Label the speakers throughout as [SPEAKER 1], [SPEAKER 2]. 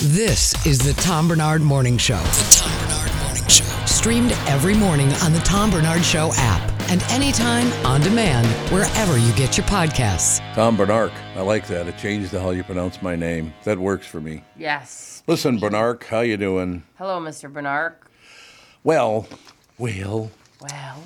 [SPEAKER 1] This is the Tom Bernard Morning Show. The Tom Bernard Morning Show. Streamed every morning on the Tom Bernard Show app and anytime on demand wherever you get your podcasts.
[SPEAKER 2] Tom Bernark. I like that. It changed to how you pronounce my name. That works for me.
[SPEAKER 3] Yes.
[SPEAKER 2] Listen, Bernark, how you doing?
[SPEAKER 3] Hello, Mr. Bernard.
[SPEAKER 2] Well, well.
[SPEAKER 3] Well,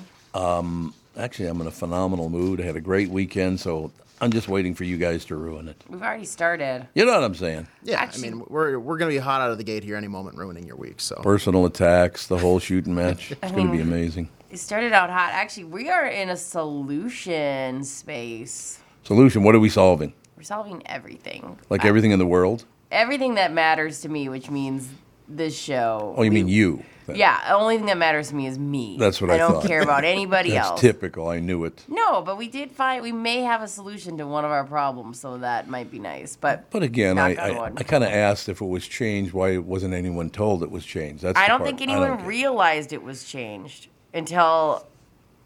[SPEAKER 2] Actually, I'm in a phenomenal mood. I had a great weekend, so I'm just waiting for you guys to ruin it.
[SPEAKER 3] we've already started.
[SPEAKER 2] You know what I'm saying?
[SPEAKER 4] Yeah,
[SPEAKER 3] Actually-
[SPEAKER 4] I mean, we're we're gonna be hot out of the gate here any moment, ruining your week. So
[SPEAKER 2] Personal attacks, the whole shooting match. It's going to be
[SPEAKER 3] Uh-huh.
[SPEAKER 2] amazing.
[SPEAKER 3] It started out hot. Actually, we are in a solution space.
[SPEAKER 2] Solution. What are we solving?
[SPEAKER 3] We're solving everything.
[SPEAKER 2] Like everything in the world?
[SPEAKER 3] Everything that matters to me, which means this show.
[SPEAKER 2] Oh, you mean you? That-
[SPEAKER 3] Yeah, the only thing that matters to me is me.
[SPEAKER 2] That's what I
[SPEAKER 3] don't
[SPEAKER 2] thought.
[SPEAKER 3] care about anybody
[SPEAKER 2] That's
[SPEAKER 3] else.
[SPEAKER 2] typical. I knew it.
[SPEAKER 3] No, but we did find we may have a solution to one of our problems, so that might be nice. But
[SPEAKER 2] But again, I,
[SPEAKER 3] Knock on
[SPEAKER 2] I,
[SPEAKER 3] wood.
[SPEAKER 2] I kind of asked if it was changed, why wasn't anyone told it was changed? That's
[SPEAKER 3] I
[SPEAKER 2] the
[SPEAKER 3] don't
[SPEAKER 2] part
[SPEAKER 3] think anyone
[SPEAKER 2] get.
[SPEAKER 3] realized it was changed until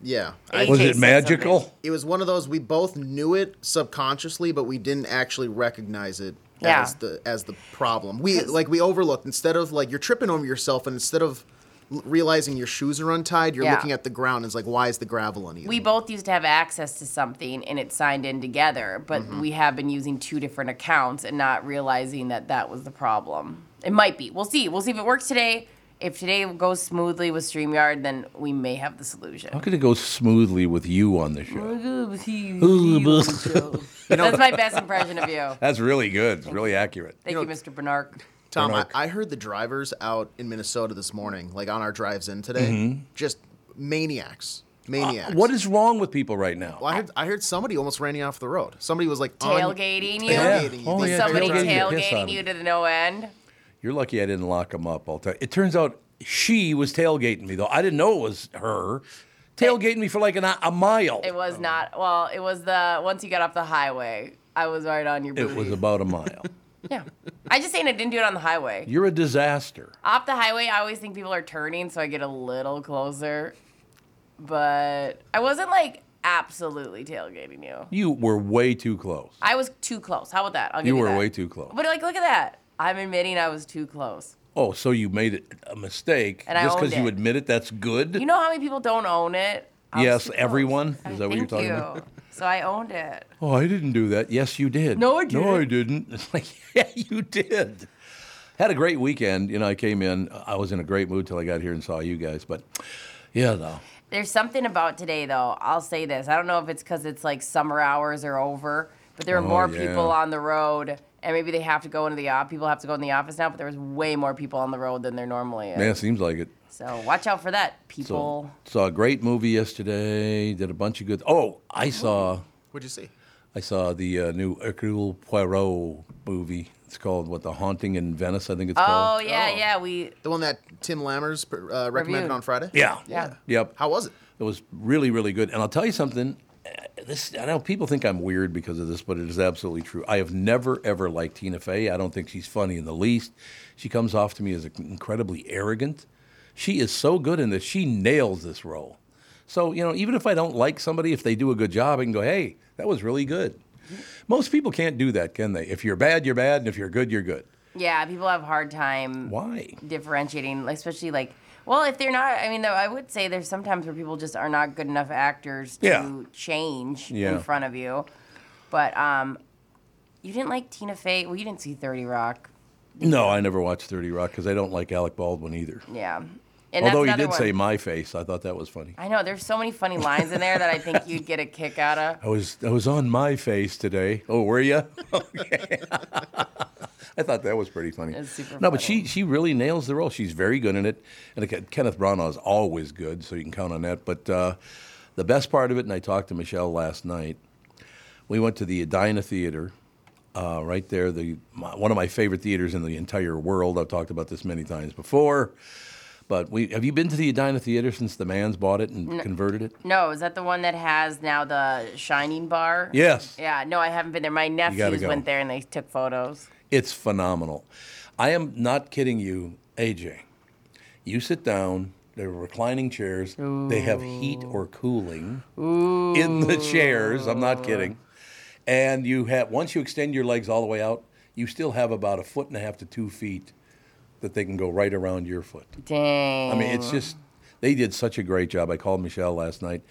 [SPEAKER 4] yeah,
[SPEAKER 3] AJ
[SPEAKER 4] I,
[SPEAKER 2] Was
[SPEAKER 3] said
[SPEAKER 2] it
[SPEAKER 3] something.
[SPEAKER 2] magical?
[SPEAKER 4] it was one of those we both knew it subconsciously, but we didn't actually recognize it
[SPEAKER 3] Yeah.
[SPEAKER 4] as the as the problem. We like we overlooked instead of like you're tripping over yourself, and instead of l- realizing your shoes are untied, you're
[SPEAKER 3] Yeah.
[SPEAKER 4] looking at the ground. And it's like, why is the gravel uneven?
[SPEAKER 3] we both used to have access to something and it signed in together, but
[SPEAKER 2] Mm-hmm.
[SPEAKER 3] we have been using two different accounts and not realizing that that was the problem. It might be. We'll see. We'll see if it works today. If today goes smoothly with StreamYard, then we may have the solution.
[SPEAKER 2] How could it go smoothly with you on the show?
[SPEAKER 3] That's my best impression of you.
[SPEAKER 2] That's really good. It's really accurate.
[SPEAKER 3] Thank you, Mr. Bernard.
[SPEAKER 4] Tom, I, I heard the drivers out in Minnesota this morning, like on our drives in today, just maniacs, maniacs.
[SPEAKER 2] What is wrong with people right now?
[SPEAKER 4] Well, I heard, I heard somebody almost ran you off the road. Somebody was like on-
[SPEAKER 3] Tailgating you.
[SPEAKER 4] Tailgating you.
[SPEAKER 2] Oh,
[SPEAKER 3] Was
[SPEAKER 2] yeah, tailgating
[SPEAKER 3] somebody
[SPEAKER 2] you. Piss on
[SPEAKER 3] tailgating you to the no end?
[SPEAKER 2] You're lucky I didn't lock him up. I'll tell you. It turns out she was tailgating me though. I didn't know it was her. Tailgating me for like an, a mile.
[SPEAKER 3] It was not. Well, it was the once you got off the highway. I was right on your booty.
[SPEAKER 2] It was about a mile.
[SPEAKER 3] yeah. I just saying I didn't do it on the highway.
[SPEAKER 2] You're a disaster.
[SPEAKER 3] off the highway, I always think people are turning, so I get a little closer. But I wasn't like absolutely tailgating you.
[SPEAKER 2] You were way too close.
[SPEAKER 3] I was too close. How about that? I'll give
[SPEAKER 2] You
[SPEAKER 3] you
[SPEAKER 2] were
[SPEAKER 3] that.
[SPEAKER 2] way too close.
[SPEAKER 3] But like, look at that. I'm admitting I was too close.
[SPEAKER 2] Oh, so you made it a mistake
[SPEAKER 3] And I
[SPEAKER 2] just
[SPEAKER 3] owned
[SPEAKER 2] because you
[SPEAKER 3] it.
[SPEAKER 2] admit it? That's good.
[SPEAKER 3] You know how many people don't own it? I was
[SPEAKER 2] yes,
[SPEAKER 3] too close.
[SPEAKER 2] everyone. Is
[SPEAKER 3] I
[SPEAKER 2] that what you're
[SPEAKER 3] thank
[SPEAKER 2] talking about?
[SPEAKER 3] you. So I owned it.
[SPEAKER 2] Oh, I didn't do that. Yes, you did.
[SPEAKER 3] No, I
[SPEAKER 2] No, I didn't. It's like, yeah, you did. Had a great weekend. You know, I came in. I was in a great mood till I got here and saw you guys. But yeah, though.
[SPEAKER 3] There's something about today, though. I'll say this. I don't know if it's because it's like summer hours are over, but there are
[SPEAKER 2] Oh,
[SPEAKER 3] more
[SPEAKER 2] yeah.
[SPEAKER 3] people on the road, and maybe they have to go into the office. People have to go in the office now, but there was way more people on the road than there normally is.
[SPEAKER 2] Yeah, it seems like it.
[SPEAKER 3] So watch out for that, people.
[SPEAKER 2] So, saw a great movie yesterday. Did a bunch of good. Oh, I saw,
[SPEAKER 4] What'd you see?
[SPEAKER 2] I saw the uh, new Hercule Poirot movie. It's called what? The Haunting in Venice, I think it's
[SPEAKER 3] oh
[SPEAKER 2] called.
[SPEAKER 3] yeah,
[SPEAKER 4] Oh.
[SPEAKER 3] yeah. We
[SPEAKER 4] The one that Tim Lammers uh, recommended
[SPEAKER 3] Reviewed.
[SPEAKER 4] on Friday?
[SPEAKER 2] Yeah.
[SPEAKER 3] Yeah.
[SPEAKER 2] Yep.
[SPEAKER 4] How was it?
[SPEAKER 2] It was really, really good. And I'll tell you something. uh, This I know people think I'm weird because of this, but it is absolutely true. I have never ever liked Tina Fey. I don't think she's funny in the least. She comes off to me as incredibly arrogant. She is so good in this. She nails this role. So you know, even if I don't like somebody, if they do a good job, I can go, "Hey, that was really good." Most people can't do that, can they? If you're bad, you're bad, and if you're good, you're good.
[SPEAKER 3] yeah. People have a hard time
[SPEAKER 2] Why?
[SPEAKER 3] differentiating, like, especially like. Well, if they're not, I mean, though, I would say there's sometimes where people just are not good enough actors to
[SPEAKER 2] Yeah.
[SPEAKER 3] change
[SPEAKER 2] Yeah.
[SPEAKER 3] in front of you. But um, you didn't like Tina Fey. Well, you didn't see Thirty Rock.
[SPEAKER 2] No, I never watched 30 Rock because I don't like Alec Baldwin either.
[SPEAKER 3] Yeah. And that's
[SPEAKER 2] Although he
[SPEAKER 3] another
[SPEAKER 2] did
[SPEAKER 3] one.
[SPEAKER 2] say my face, I thought that was funny.
[SPEAKER 3] I know there's so many funny lines in there that I think you'd get a kick out of.
[SPEAKER 2] I was I was on my face today. Oh, were you? I thought that was pretty funny.
[SPEAKER 3] It's super
[SPEAKER 2] no, but
[SPEAKER 3] funny.
[SPEAKER 2] she she really nails the role. She's very good in it, and again, Kenneth Branagh is always good, so you can count on that. But uh, the best part of it, and I talked to Michelle last night. We went to the Edina Theater, uh, right there. The my, one of my favorite theaters in the entire world. I've talked about this many times before. But we have you been to the Edina Theater since the man's bought it and converted it?
[SPEAKER 3] No, is that the one that has now the shining bar?
[SPEAKER 2] Yes.
[SPEAKER 3] Yeah, no, I haven't been there. My nephews
[SPEAKER 2] go.
[SPEAKER 3] went there and they took photos.
[SPEAKER 2] It's phenomenal. I am not kidding you, AJ. You sit down, there are reclining chairs, they have heat or cooling in the chairs. I'm not kidding. And you have once you extend your legs all the way out, you still have about a foot and a half to two feet that they can go right around your foot.
[SPEAKER 3] Dang.
[SPEAKER 2] I mean, it's just they did such a great job. I called Michelle last night.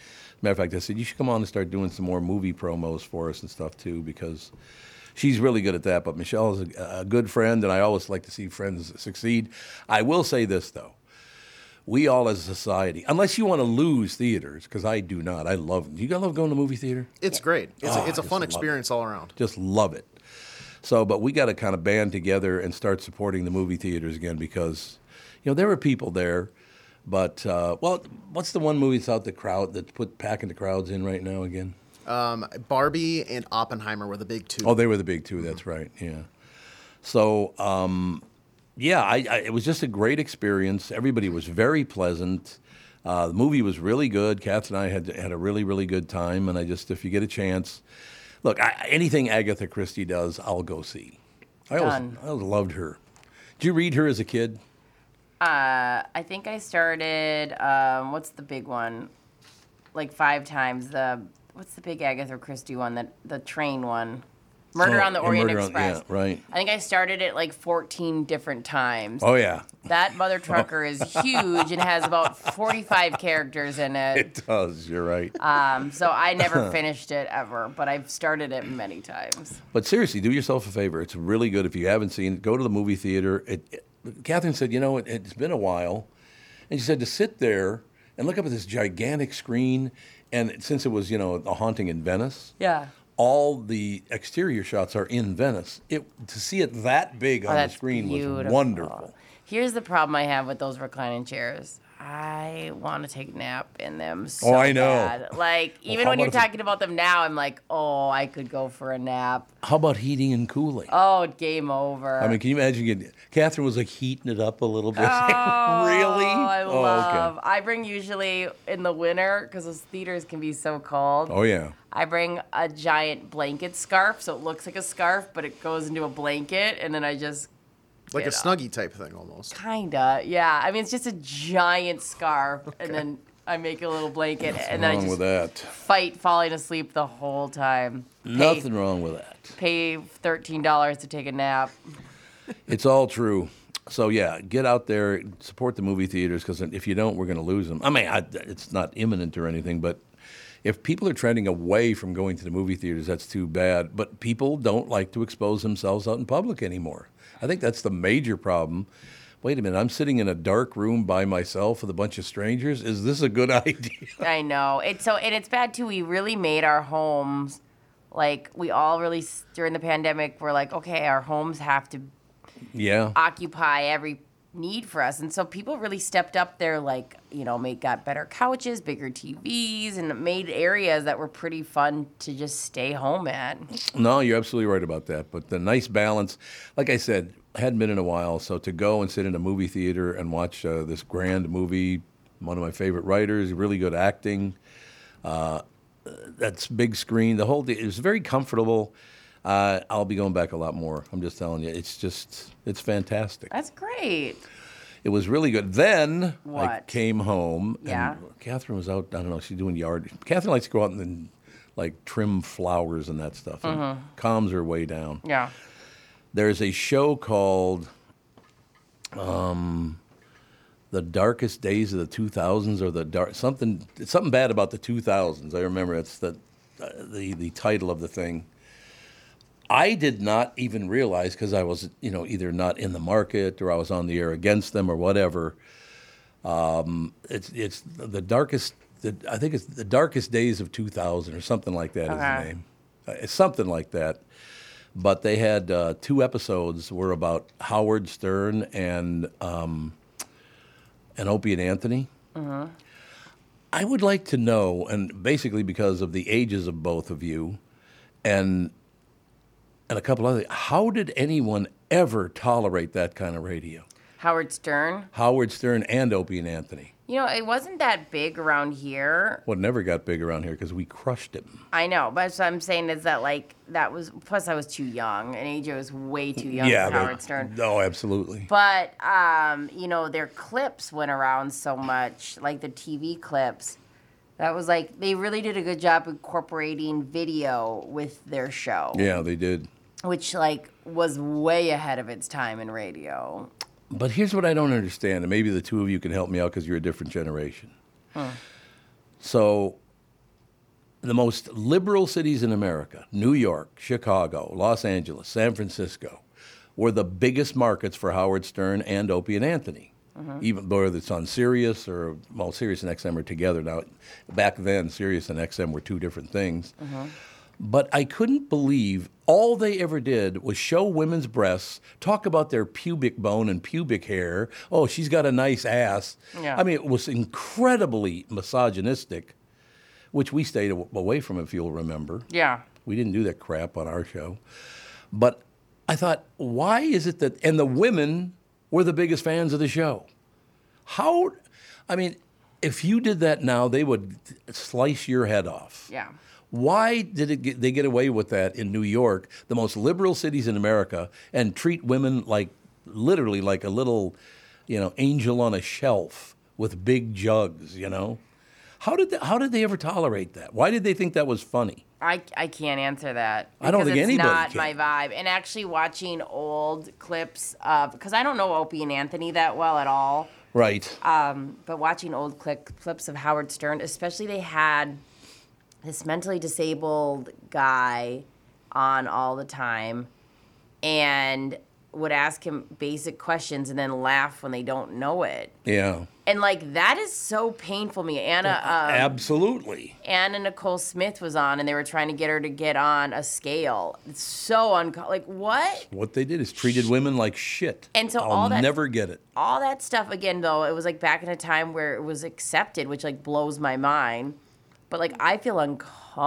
[SPEAKER 2] Matter of fact, I said you should come on and start doing some more movie promos for us and stuff too, because she's really good at that. But Michelle is a, a good friend, and I always like to see friends succeed. I will say this though. We all, as a society, unless you want to lose theaters, because I do not. I love. Do you guys love going to movie theater?
[SPEAKER 4] It's great. It's a, it's
[SPEAKER 2] Oh, just
[SPEAKER 4] a fun
[SPEAKER 2] love it.
[SPEAKER 4] experience all around.
[SPEAKER 2] Just love it. So, but we got to kind of band together and start supporting the movie theaters again because, you know, there were people there, but uh, well, what's the one movie that's out the crowd that's put packing the crowds in right now again?
[SPEAKER 4] Barbie and Oppenheimer were the big two.
[SPEAKER 2] Oh, they were the big two.
[SPEAKER 3] Mm-hmm.
[SPEAKER 2] That's right. Yeah. So, um, yeah, I, I, it was just a great experience. Everybody was very pleasant. Uh, the movie was really good. Kath and I had had a really really good time. And I just, if you get a chance, look, I, anything Agatha Christie does, I'll go see. I always,
[SPEAKER 3] Done.
[SPEAKER 2] I always loved her. Did you read her as a kid?
[SPEAKER 3] I think I started. Um, what's the big one? Like five times the. What's the big Agatha Christie one? The the train one. Murder
[SPEAKER 2] Oh,
[SPEAKER 3] on the
[SPEAKER 2] yeah,
[SPEAKER 3] Orient
[SPEAKER 2] Murder on-
[SPEAKER 3] Express.
[SPEAKER 2] yeah, right.
[SPEAKER 3] I think I started it like 14 different times.
[SPEAKER 2] Oh yeah,
[SPEAKER 3] That mother trucker is huge and has about 45 characters in it.
[SPEAKER 2] it does. You're right.
[SPEAKER 3] Um, so I never finished it ever, but I've started it many times.
[SPEAKER 2] But seriously, do yourself a favor. It's really good if you haven't seen it. Go to the movie theater. It, it- Catherine said, you know, it, it's been a while. And she said to sit there and look up at this gigantic screen. And since it was, you know, a haunting in Venice,
[SPEAKER 3] Yeah.
[SPEAKER 2] all the exterior shots are in Venice. It, to see it that big on the
[SPEAKER 3] Oh, that's
[SPEAKER 2] screen was
[SPEAKER 3] beautiful.
[SPEAKER 2] wonderful.
[SPEAKER 3] Here's the problem I have with those reclining chairs. I want to take a nap in them. So
[SPEAKER 2] Oh, I know.
[SPEAKER 3] bad. Like even
[SPEAKER 2] how
[SPEAKER 3] when you're
[SPEAKER 2] about if it-
[SPEAKER 3] talking about them now, I'm like, oh, I could go for a nap.
[SPEAKER 2] How about heating and cooling?
[SPEAKER 3] Oh, game over.
[SPEAKER 2] I mean, can you imagine? Getting, Catherine was like heating it up a little bit. really?
[SPEAKER 3] Oh, I
[SPEAKER 2] Oh, okay.
[SPEAKER 3] love. I bring usually in the winter because those theaters can be so cold.
[SPEAKER 2] Oh, yeah.
[SPEAKER 3] I bring a giant blanket scarf, so it looks like a scarf, but it goes into a blanket, and then I just
[SPEAKER 4] like a
[SPEAKER 3] Get up.
[SPEAKER 4] snuggie type thing almost.
[SPEAKER 3] Kinda, yeah. I mean, it's just a giant scarf, and then I make a little blanket, and then I
[SPEAKER 2] wrong
[SPEAKER 3] just
[SPEAKER 2] with that?
[SPEAKER 3] fight falling asleep the whole time. Pay-
[SPEAKER 2] Nothing wrong with that.
[SPEAKER 3] Pay thirteen dollars to take a nap.
[SPEAKER 2] It's all true. So yeah, get out there, support the movie theaters because if you don't, we're going to lose them. I mean, I, it's not imminent or anything, but if people are trending away from going to the movie theaters, that's too bad. But people don't like to expose themselves out in public anymore. I think that's the major problem. Wait a minute, I'm sitting in a dark room by myself with a bunch of strangers. Is this a good idea?
[SPEAKER 3] I know it's so, and it's bad too. We really made our homes like we all really s- during the pandemic. We're like, okay, our homes have to
[SPEAKER 2] yeah.
[SPEAKER 3] occupy every need for us. And so people really stepped up their like, you know, made got better couches, bigger TVs, and made areas that were pretty fun to just stay home at.
[SPEAKER 2] No, you're absolutely right about that. But the nice balance, like I said, hadn't been in a while. So to go and sit in a movie theater and watch uh, this grand movie, one of my favorite writers, really good acting, uh, that's big screen. The whole day, it was very comfortable. Uh, I'll be going back a lot more. I'm just telling you, it's just it's fantastic.
[SPEAKER 3] That's great.
[SPEAKER 2] It was really good. Then I
[SPEAKER 3] What?
[SPEAKER 2] came home.
[SPEAKER 3] Yeah.
[SPEAKER 2] And Catherine was out. I don't know. She's doing yard. Catherine likes to go out and then, like trim flowers and that stuff. And
[SPEAKER 3] Uh-huh.
[SPEAKER 2] Calms her way down.
[SPEAKER 3] Yeah.
[SPEAKER 2] There's a show called um, "The Darkest Days of the 2000s" or the dark something it's something bad about the 2000s. I remember it's the uh, the the title of the thing. I did not even realize because I was, you know, either not in the market or I was on the air against them or whatever. Um, it's it's the darkest. The, I think it's the darkest days of 2000 or something like that is
[SPEAKER 3] Okay.
[SPEAKER 2] the name, Uh, it's something like that. But they had uh, two episodes were about Howard Stern and um, and Opie and Anthony. Uh-huh. I would like to know, and basically because of the ages of both of you, and and a couple other, how did anyone ever tolerate that kind of radio?
[SPEAKER 3] Howard Stern.
[SPEAKER 2] Howard Stern and Opie and Anthony.
[SPEAKER 3] You know, it wasn't that big around here.
[SPEAKER 2] Well, it never got big around here because we crushed it.
[SPEAKER 3] I know, but that's what I'm saying is that like that was plus I was too young, and AJ was way too young for
[SPEAKER 2] they-
[SPEAKER 3] Howard Stern.
[SPEAKER 2] No, absolutely.
[SPEAKER 3] But um, you know, their clips went around so much, like the TV clips. That was like they really did a good job incorporating video with their show,
[SPEAKER 2] Yeah, they did.
[SPEAKER 3] which like was way ahead of its time in radio.
[SPEAKER 2] But here's what I don't understand, and maybe the two of you can help me out because you're a different generation. So, the most liberal cities in America, New York, Chicago, Los Angeles, San Francisco, were the biggest markets for Howard Stern and Opie and Anthony. Even whether it's on Sirius or well, Sirius and XM are together now. Back then, Sirius and XM were two different things. But I couldn't believe all they ever did was show women's breasts, talk about their pubic bone and pubic hair. Oh, she's got a nice ass.
[SPEAKER 3] Yeah.
[SPEAKER 2] I mean, it was incredibly misogynistic, which we stayed aw- away from, if you'll remember.
[SPEAKER 3] Yeah.
[SPEAKER 2] We didn't do that crap on our show. But I thought, why is it that, and the women were the biggest fans of the show? How, I mean, if you did that now, they would slice your head off.
[SPEAKER 3] Yeah.
[SPEAKER 2] Why did it get, they get away with that in New York, the most liberal cities in America, and treat women like literally like a little, you know, angel on a shelf with big jugs, you know? How did they, how did they ever tolerate that? Why did they think that was funny?
[SPEAKER 3] I, I can't answer that.
[SPEAKER 2] I don't
[SPEAKER 3] because
[SPEAKER 2] think
[SPEAKER 3] it's
[SPEAKER 2] anybody
[SPEAKER 3] not
[SPEAKER 2] can.
[SPEAKER 3] my vibe. And actually watching old clips of because I don't know Opie and Anthony that well at all.
[SPEAKER 2] Right.
[SPEAKER 3] but watching old clip, clips of Howard Stern, especially they had this mentally disabled guy on all the time and would ask him basic questions and then laugh when they don't know it.
[SPEAKER 2] yeah.
[SPEAKER 3] And like that is so painful to me. Anna uh,
[SPEAKER 2] Absolutely.
[SPEAKER 3] Anna Nicole Smith was on and they were trying to get her to get on a scale. It's so unco- like what?
[SPEAKER 2] What they did is treated women like shit.
[SPEAKER 3] And so
[SPEAKER 2] I'll
[SPEAKER 3] all that-
[SPEAKER 2] never get it.
[SPEAKER 3] all that stuff again though it was like back in a time where it was accepted which like blows my mind but like i feel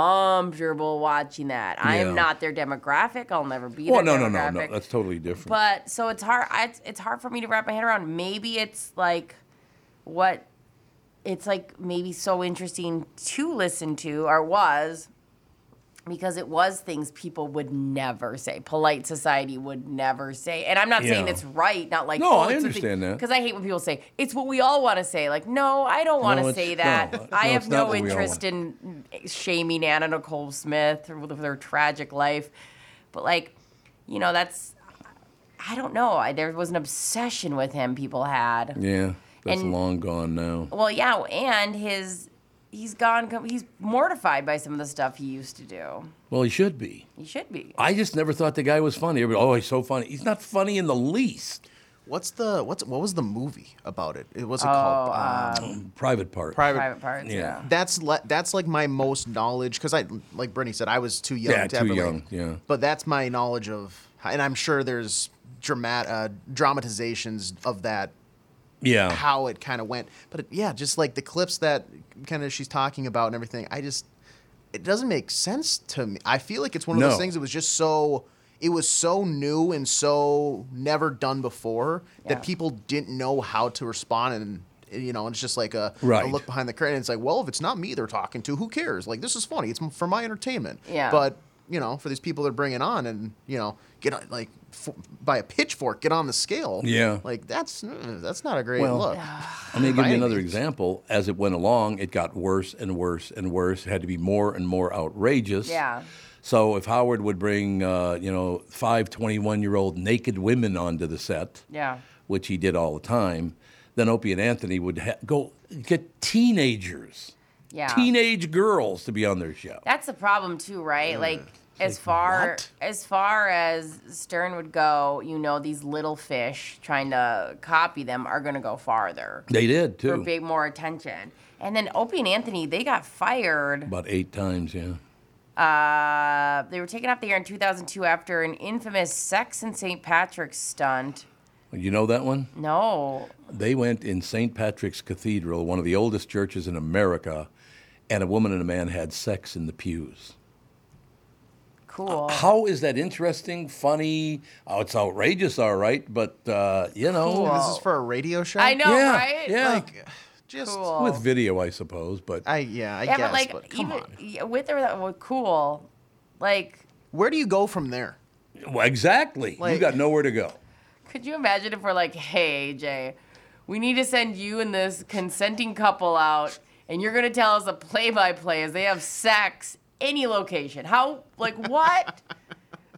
[SPEAKER 3] uncomfortable watching that i
[SPEAKER 2] Yeah.
[SPEAKER 3] am not their demographic i'll never be
[SPEAKER 2] Well,
[SPEAKER 3] their
[SPEAKER 2] no, no, no,
[SPEAKER 3] demographic
[SPEAKER 2] no. That's totally different.
[SPEAKER 3] but so it's hard I, it's, it's hard for me to wrap my head around maybe it's like what it's like maybe so interesting to listen to or was because it was things people would never say polite society would never say and i'm not saying
[SPEAKER 2] Yeah.
[SPEAKER 3] it's right not like oh,
[SPEAKER 2] No, I understand that.
[SPEAKER 3] because i hate when people say it's what we all want to say like no i don't want to
[SPEAKER 2] it's-
[SPEAKER 3] say that
[SPEAKER 2] no,
[SPEAKER 3] i
[SPEAKER 2] no,
[SPEAKER 3] have
[SPEAKER 2] it's not
[SPEAKER 3] no
[SPEAKER 2] what we all
[SPEAKER 3] interest
[SPEAKER 2] want.
[SPEAKER 3] in eh, shaming anna nicole smith with her tragic life but like you know that's I don't know. I, there was an obsession with him people had.
[SPEAKER 2] yeah, that's
[SPEAKER 3] and-
[SPEAKER 2] long gone now.
[SPEAKER 3] Well, yeah, and his he's gone. com- He's mortified by some of the stuff he used to do.
[SPEAKER 2] Well, he should be.
[SPEAKER 3] He should be.
[SPEAKER 2] I just never thought the guy was funny. Everybody, oh, he's so funny. He's not funny in the least.
[SPEAKER 4] What's the what's what was the movie about it? It was it called
[SPEAKER 3] Oh,
[SPEAKER 4] um,
[SPEAKER 2] Private part.
[SPEAKER 3] Private parts.
[SPEAKER 2] yeah.
[SPEAKER 3] Yeah.
[SPEAKER 4] That's le- that's like my most knowledge because I like Brittany said I was too young.
[SPEAKER 2] Yeah,
[SPEAKER 4] to
[SPEAKER 2] too
[SPEAKER 4] ever, like-
[SPEAKER 2] young, yeah.
[SPEAKER 4] But that's my knowledge of, and I'm sure there's dramat uh, dramatizations of that
[SPEAKER 2] Yeah.
[SPEAKER 4] how it kind of went. But it, yeah, just like the clips that kind of she's talking about and everything. I just it doesn't make sense to me. I feel like it's one of
[SPEAKER 2] No.
[SPEAKER 4] those things that was just so it was so new and so never done before
[SPEAKER 3] Yeah.
[SPEAKER 4] that people didn't know how to respond and you know, and it's just like a, a
[SPEAKER 2] Right.
[SPEAKER 4] look behind the curtain. It's like, well, if it's not me they're talking to, who cares? Like, this is funny. It's m- for my entertainment.
[SPEAKER 3] Yeah.
[SPEAKER 4] But you know, for these people they're bringing on, and you know, get on, like f- by a pitchfork, get on the scale.
[SPEAKER 2] Yeah.
[SPEAKER 4] Like that's mm, that's not a great
[SPEAKER 2] Well,
[SPEAKER 4] look.
[SPEAKER 2] I'm going to give you
[SPEAKER 4] Right.
[SPEAKER 2] another example. As it went along, it got worse and worse and worse. It had to be more and more outrageous.
[SPEAKER 3] Yeah.
[SPEAKER 2] So if Howard would bring, uh, you know, five 21 year old naked women onto the set,
[SPEAKER 3] Yeah.
[SPEAKER 2] which he did all the time, then Opie and Anthony would ha- go get teenagers,
[SPEAKER 3] Yeah.
[SPEAKER 2] teenage girls to be on their show.
[SPEAKER 3] That's the problem too, right? Like as far
[SPEAKER 4] what?
[SPEAKER 3] as far as Stern would go, you know, these little fish trying to copy them are going to go farther
[SPEAKER 2] They did
[SPEAKER 3] for
[SPEAKER 2] too.
[SPEAKER 3] big more attention. And then Opie and Anthony, they got fired.
[SPEAKER 2] About eight times, yeah.
[SPEAKER 3] Uh, they were taken off the air in 2002 after an infamous sex and St. Patrick's stunt.
[SPEAKER 2] You know that one?
[SPEAKER 3] No,
[SPEAKER 2] They went in St. Patrick's Cathedral, one of the oldest churches in America, and a woman and a man had sex in the pews.
[SPEAKER 3] cool.
[SPEAKER 4] Uh,
[SPEAKER 2] How is that interesting, funny? Oh, it's outrageous, all right, but uh, you know,
[SPEAKER 3] Cool.
[SPEAKER 4] This is for a radio show.
[SPEAKER 3] I know,
[SPEAKER 2] yeah,
[SPEAKER 3] right?
[SPEAKER 2] yeah,
[SPEAKER 4] Like, just
[SPEAKER 3] Cool.
[SPEAKER 2] with video, I suppose. But
[SPEAKER 4] I yeah, I
[SPEAKER 3] yeah,
[SPEAKER 4] guess.
[SPEAKER 3] but like
[SPEAKER 4] but come
[SPEAKER 3] even
[SPEAKER 4] on,
[SPEAKER 3] yeah, with or without, well, cool. Like,
[SPEAKER 4] where do you go from there?
[SPEAKER 2] Well, exactly, you
[SPEAKER 4] Like-
[SPEAKER 2] got nowhere to go.
[SPEAKER 3] could you imagine if we're like, hey, Jay, we need to send you and this consenting couple out, and you're gonna tell us a play-by-play as they have sex any location? How? Like what?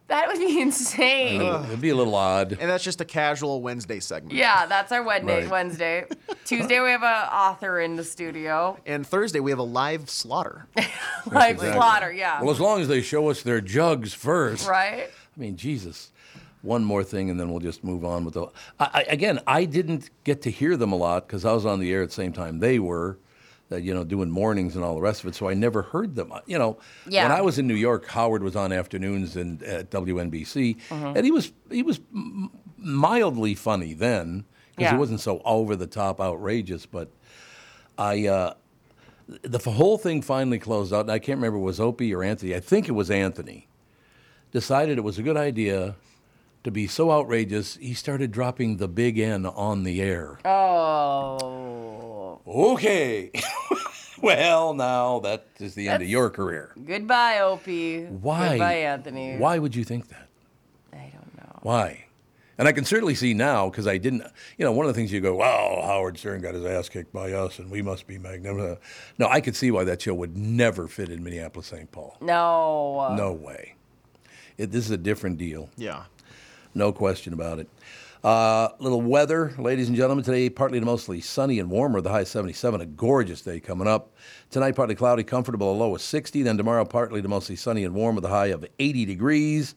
[SPEAKER 3] that would be insane.
[SPEAKER 2] It'd be a little odd.
[SPEAKER 4] And that's just a casual Wednesday segment.
[SPEAKER 3] Yeah, that's our Wednesday.
[SPEAKER 2] Right.
[SPEAKER 3] Wednesday, Tuesday we have an author in the studio.
[SPEAKER 4] And Thursday we have a live slaughter.
[SPEAKER 3] Like
[SPEAKER 2] Exactly.
[SPEAKER 3] slaughter, yeah.
[SPEAKER 2] Well, as long as they show us their jugs first,
[SPEAKER 3] right?
[SPEAKER 2] I mean, Jesus. One more thing, and then we'll just move on with the. I, I, again, I didn't get to hear them a lot because I was on the air at the same time they were, that you know, doing mornings and all the rest of it. So I never heard them. You know,
[SPEAKER 3] Yeah.
[SPEAKER 2] when I was in New York, Howard was on afternoons and at WNBC,
[SPEAKER 3] Mm-hmm.
[SPEAKER 2] and he was he was m- mildly funny then because
[SPEAKER 3] Yeah.
[SPEAKER 2] he wasn't so over the top, outrageous. But I. Uh, the f- whole thing finally closed out, and I can't remember if it was Opie or Anthony. I think it was Anthony. Decided it was a good idea to be so outrageous. He started dropping the big N on the air.
[SPEAKER 3] Oh,
[SPEAKER 2] Okay. well, now that is the end of your career.
[SPEAKER 3] goodbye, Opie.
[SPEAKER 2] Why?
[SPEAKER 3] Goodbye, Anthony.
[SPEAKER 2] Why would you think that?
[SPEAKER 3] I don't know.
[SPEAKER 2] Why? And I can certainly see now because I didn't. You know, one of the things you go, "Wow, Howard Stern got his ass kicked by us, and we must be magnificent." No, I could see why that show would never fit in Minneapolis-St. Paul.
[SPEAKER 3] No.
[SPEAKER 2] No way. It, this is a different deal.
[SPEAKER 4] yeah.
[SPEAKER 2] No question about it. Uh, little weather, ladies and gentlemen. Today, partly to mostly sunny and warmer, the high 77. A gorgeous day coming up. Tonight, partly cloudy, comfortable, a low of 60. Then tomorrow, partly to mostly sunny and warm with a high of 80 degrees.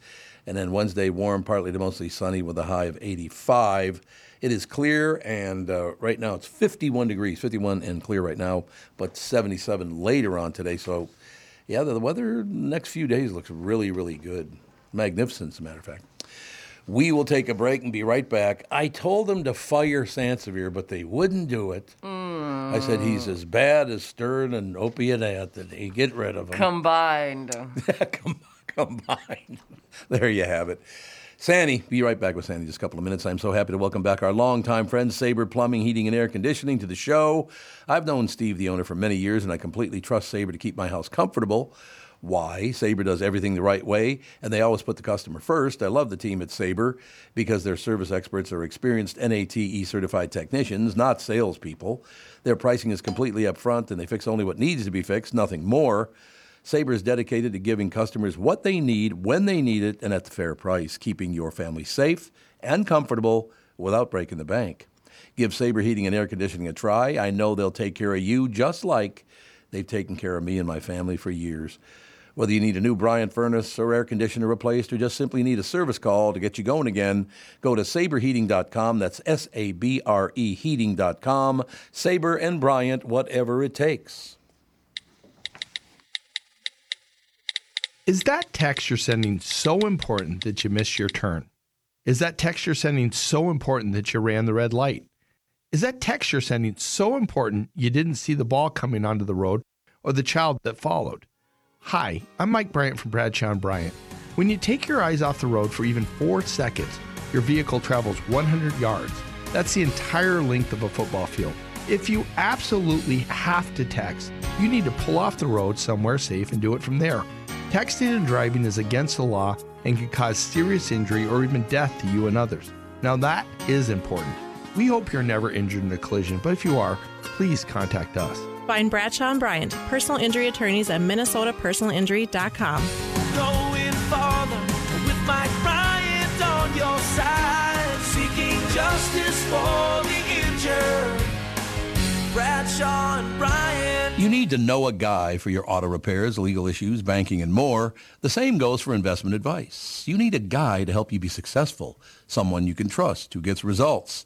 [SPEAKER 2] And then Wednesday, warm, partly to mostly sunny with a high of 85. It is clear, and uh, right now it's 51 degrees, 51 and clear right now, but 77 later on today. So, yeah, the the weather next few days looks really, really good. Magnificent, as a matter of fact. We will take a break and be right back. I told them to fire Sansevier, but they wouldn't do it. I said he's as bad as Stern and Opie and Anthony. Get rid of him.
[SPEAKER 3] Combined.
[SPEAKER 2] Come, combined. there you have it. Sandy, be right back with Sandy in just a couple of minutes. I'm so happy to welcome back our longtime friend, Sabre Plumbing, Heating, and Air Conditioning, to the show. I've known Steve, the owner, for many years, and I completely trust Sabre to keep my house comfortable. Why? Sabre does everything the right way, and they always put the customer first. I love the team at Sabre because their service experts are experienced NATE certified technicians, not salespeople. Their pricing is completely upfront, and they fix only what needs to be fixed, nothing more. Sabre is dedicated to giving customers what they need, when they need it, and at the fair price, keeping your family safe and comfortable without breaking the bank. Give Sabre Heating and Air Conditioning a try. I know they'll take care of you just like they've taken care of me and my family for years. Whether you need a new Bryant furnace or air conditioner replaced or just simply need a service call to get you going again, go to saberheating.com. That's S A B R E heating.com. Saber and Bryant, whatever it takes.
[SPEAKER 5] Is that text you're sending so important that you missed your turn? Is that text you're sending so important that you ran the red light? Is that text you're sending so important you didn't see the ball coming onto the road or the child that followed? Hi, I'm Mike Bryant from Bradshaw and Bryant. When you take your eyes off the road for even four seconds, your vehicle travels 100 yards. That's the entire length of a football field. If you absolutely have to text, you need to pull off the road somewhere safe and do it from there. Texting and driving is against the law and can cause serious injury or even death to you and others. Now, that is important. We hope you're never injured in a collision, but if you are, please contact us.
[SPEAKER 6] Find Bradshaw and Bryant, personal injury attorneys at minnesotapersonalinjury.com.
[SPEAKER 7] Going farther with Mike Bryant on your side, seeking justice for the injured. Bradshaw and Bryant.
[SPEAKER 2] You need to know a guy for your auto repairs, legal issues, banking, and more. The same goes for investment advice. You need a guy to help you be successful, someone you can trust who gets results.